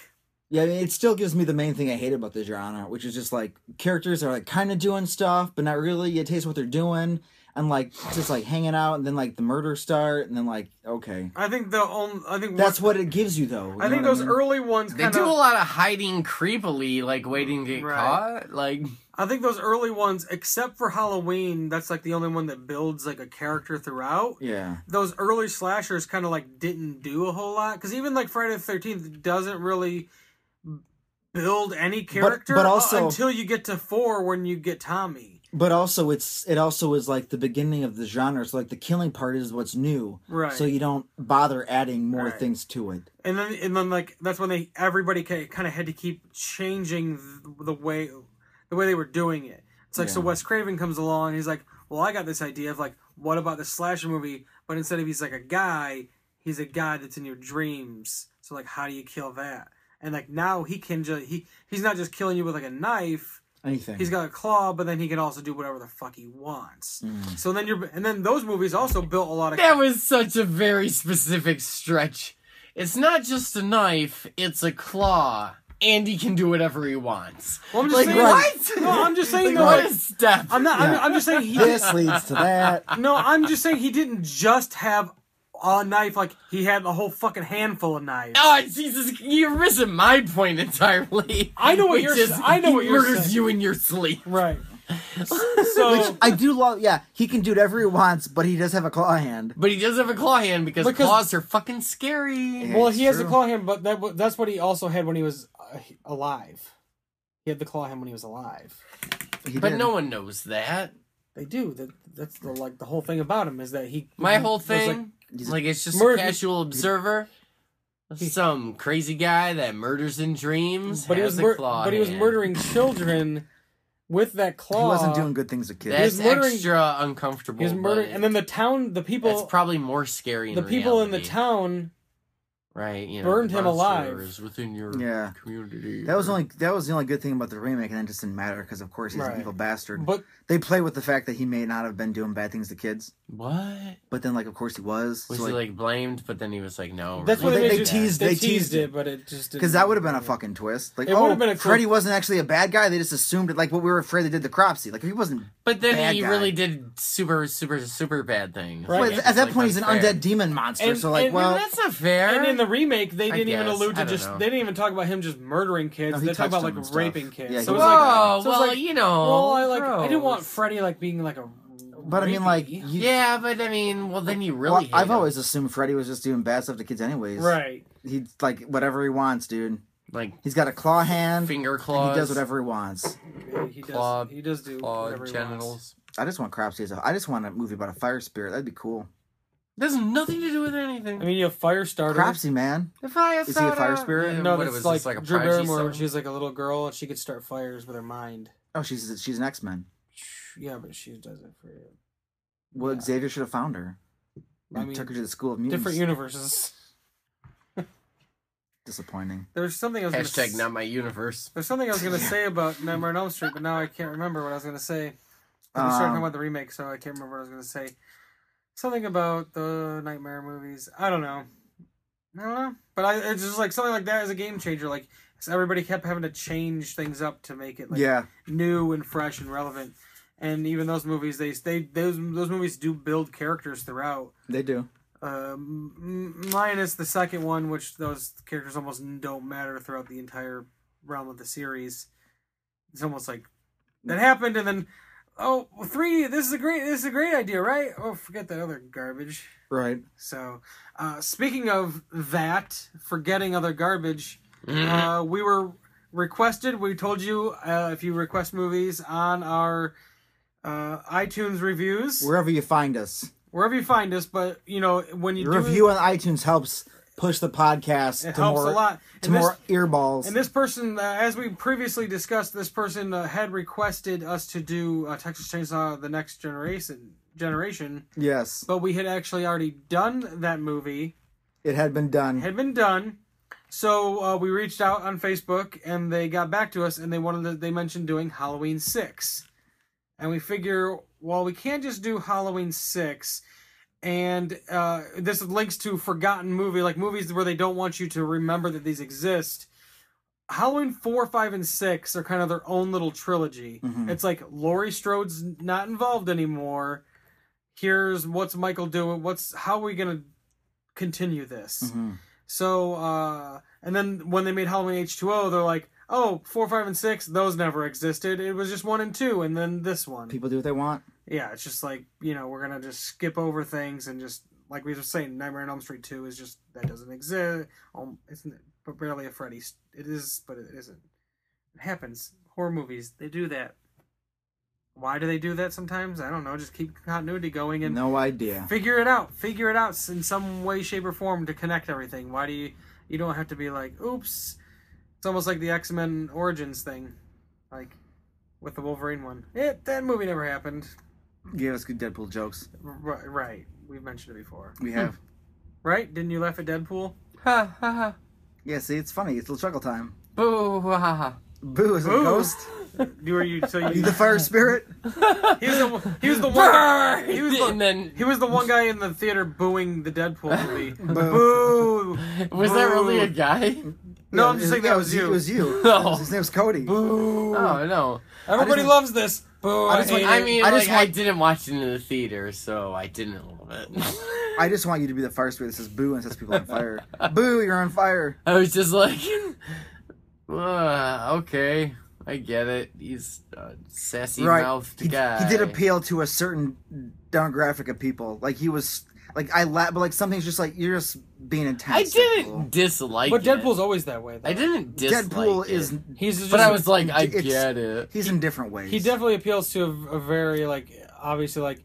Yeah, I mean, it still gives me the main thing I hate about the genre, which is just like characters are like kind of doing stuff, but not really. You taste what they're doing, and like just like hanging out, and then like the murder start, and then like okay, I think the only I think that's what it gives you though. You I know think what those mean? early ones They kind do a of. lot of hiding creepily, like waiting to get Right. caught. Like I think those early ones, except for Halloween, that's like the only one that builds like a character throughout. yeah, those early slashers kind of like didn't do a whole lot because even like Friday the Thirteenth doesn't really build any character but u- also- until you get to four when you get Tommy. But also, it's it also is like the beginning of the genre. So like the killing part is what's new, Right. So you don't bother adding more Right. things to it. And then and then like that's when they everybody kind of had to keep changing th- the way the way they were doing it. It's like so Yeah. Wes Craven comes along and he's like, "Well, I got this idea of like what about the slasher movie, but instead of he's like a guy, he's a guy that's in your dreams. So like how do you kill that?" And like now he can just he he's not just killing you with like a knife. Anything. He's got a claw, but then he can also do whatever the fuck he wants. So then you're, and then those movies also built a lot of. That was such a very specific stretch. It's not just a knife, it's a claw. And he can do whatever he wants. Well, I'm just Like, saying, what? No, I'm just saying Like, though. what like, a step. I'm not. Yeah. I'm, I'm just saying he. this leads to that. no, I'm just saying he didn't just have a knife. Like he had a whole fucking handful of knives. Oh Jesus! You're missing my point entirely. I know what which you're is s- I know he what you're murders saying. you in your sleep. Right. So I do love. Yeah, he can do whatever he wants, but he does have a claw hand. But he does have a claw hand because, Because- claws are fucking scary. Yeah. well, he has the True. claw hand, but that wa- that's what he also had when he was uh, alive. He had the claw hand when he was alive. He But did. no one knows that. They do. That, that's the like the whole thing about him is that he. My whole was, like, thing, he's like, a- it's just Murder- a casual observer. Some crazy guy that murders in dreams, but he has was a mur- claw but he was hand. murdering children with that claw. He wasn't doing good things to kids. He That's was murdering- extra uncomfortable. He was murdering, but and then the town, the that's people, probably more scary. the in people in the reality. town. right? You know, burned him alive. monsters within your Yeah. community. That was only that was the only good thing about the remake, and it just didn't matter because, of course, he's Right. an evil bastard. But they play with the fact that he may not have been doing bad things to kids, what but then, like, of course, he was. was he like blamed? But then he was like, no. that's Well, what they- they, they teased- They, they teased teased it, but it just because that would have been a fucking twist. Like, It oh, would've been a cool- Freddy wasn't actually a bad guy. They just assumed it. Like, what we were afraid they did the cropsy. Like, he wasn't. But then bad he guy. really did super, super, super bad things. Right. Well, Yeah, at that Like, point, he's an unfair. undead demon monster. And- so, like, and- well, Well, that's not fair. And in the remake, they I didn't even guess. allude I to don't just. know. They didn't even talk about him just murdering kids. No, he they talked about touched him and like stuff. raping kids. Yeah, so he- it Whoa, was like, so it was well, like, you know. well, I like. I didn't want gross. Freddy like being like a. but I mean, like, rapey. you- Yeah, but I mean, well, then you really. well, hate I've him. always assumed Freddy was just doing bad stuff to kids, anyways. right. He's like whatever he wants, dude. like He's got a claw hand. finger and claws. He does whatever he wants. Yeah, He does. Claw- he does do Claw whatever he wants. genitals. I just want cropsy. as a- I just want a movie about a fire spirit. That'd be cool. There's nothing to do with anything. I mean, you have Firestarter. Cropsy, man. if I is he a fire spirit? No, what, that's was like, this, like a Drew prodigy Barrymore when song? she's like a little girl and she could start fires with her mind. Oh, she's she's an X Men. Yeah, but she does it for you. Well, Xavier should have found her. I And mean, took her to the school of mutants. different universes. Disappointing. There's something I was gonna Hashtag s- not my universe. There's something I was gonna say about Nightmare on Elm Street, but now I can't remember what I was gonna say. I was talking Um, about the remake, so I can't remember what I was gonna say. Something about the Nightmare movies. I don't know. I don't know. But I, it's just like something like that is a game changer. Like so everybody kept having to change things up to make it like yeah, new and fresh and relevant. And even those movies, they they those those movies do build characters throughout. they do. Um, m- minus the second one, which those characters almost don't matter throughout the entire realm of the series. It's almost like Mm. that happened, and then oh, three. This is a great. This is a great idea, right? Oh, forget that other garbage. Right. So, uh, speaking of that, forgetting other garbage, Mm-hmm. uh, we were requested. We told you uh, if you request movies on our uh, iTunes reviews, Wherever you find us, wherever you find us. But you know when you your do, review on iTunes helps push the podcast it to helps more a lot. to And this, more earballs. and this person, uh, as we previously discussed, this person uh, had requested us to do uh, Texas Chainsaw: The Next Generation. Generation, yes, but we had actually already done that movie. it had been done. had been done. So uh, we reached out on Facebook, and they got back to us, and they wanted to, they mentioned doing Halloween six, and we figure well we can't just do Halloween six, and uh, this links to forgotten movie like movies where they don't want you to remember that these exist. Halloween four, five, and six are kind of their own little trilogy. It's like Laurie Strode's not involved anymore. Here's what's Michael doing. What's how are we gonna continue this? Mhm. So, uh, and then when they made Halloween H2O, they're like, oh, four, five, and six, those never existed. It was just one and two, and then this one. People do what they want. Yeah, it's just like, you know, we're going to just skip over things and just, like we were saying, Nightmare on Elm Street 2 is just, that doesn't exist. Um, it's n- but barely a Freddy's. It is, but it isn't. It happens. Horror movies, they do that. Why do they do that sometimes? I don't know. Just keep continuity going and No idea. figure it out. Figure it out in some way, shape, or form to connect everything. Why do you? You don't have to be like, oops. It's almost like the X Men Origins thing, like with the Wolverine one. It that movie never happened. Gave us good Deadpool jokes. R- right. We've mentioned it before. We have. Right? Didn't you laugh at Deadpool? Ha ha ha. yeah, see, it's funny. It's little chuckle time. Boo ha ha. Boo is a Boo. ghost. You were you? So You you, the fire spirit? he was the he was the one. Guy, he was and the, then he was the one guy in the theater booing the Deadpool movie. Boo! was there really a guy? No, I'm Yeah, just it- saying yeah, that it was you. It was you. No. His name's Cody. Oh no. Everybody didn't- loves this. Boo! I I just hate went- I it. mean, I I just like, I want- didn't watch it in the theater, so I didn't love it. I just want you to be the fire spirit that says boo and sets people on fire. boo, you're on fire. I was just like, "Uh, okay, I get it. He's a sassy mouthed He, guy. he did appeal to a certain demographic of people. Like he was like I la- but like something's just like you're just being I intense. didn't dislike But it. Deadpool's always that way. Though. I didn't dislike Deadpool it. is He's just, But I was like, I it's- get it. he's in different ways. he definitely appeals to a, a very like obviously like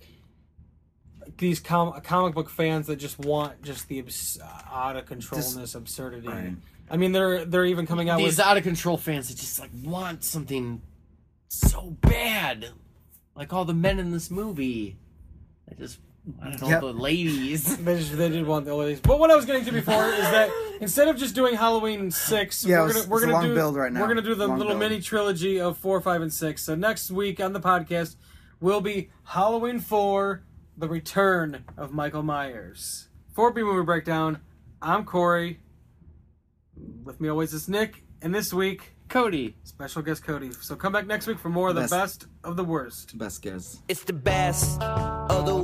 these com- comic book fans that just want just the abs- uh, out of controlness absurdity. Right. I mean, they're they're even coming out These with out of control fans that just like want something so bad, like all the men in this movie. I just wanted all Yep. the ladies. They, just, they did want the oldies. But what I was getting to before is that instead of just doing Halloween six, Yeah, it we're was- gonna we're it's a gonna long do build right now. we're gonna do the Long little build. mini trilogy of four, five, and six. So next week on the podcast will be Halloween four, the return of Michael Myers. For B movie breakdown, I'm Corey. With me always is Nick, and this week Cody. special guest Cody. So come back next week for more of the Best. best of the worst. best guess. It's the best of the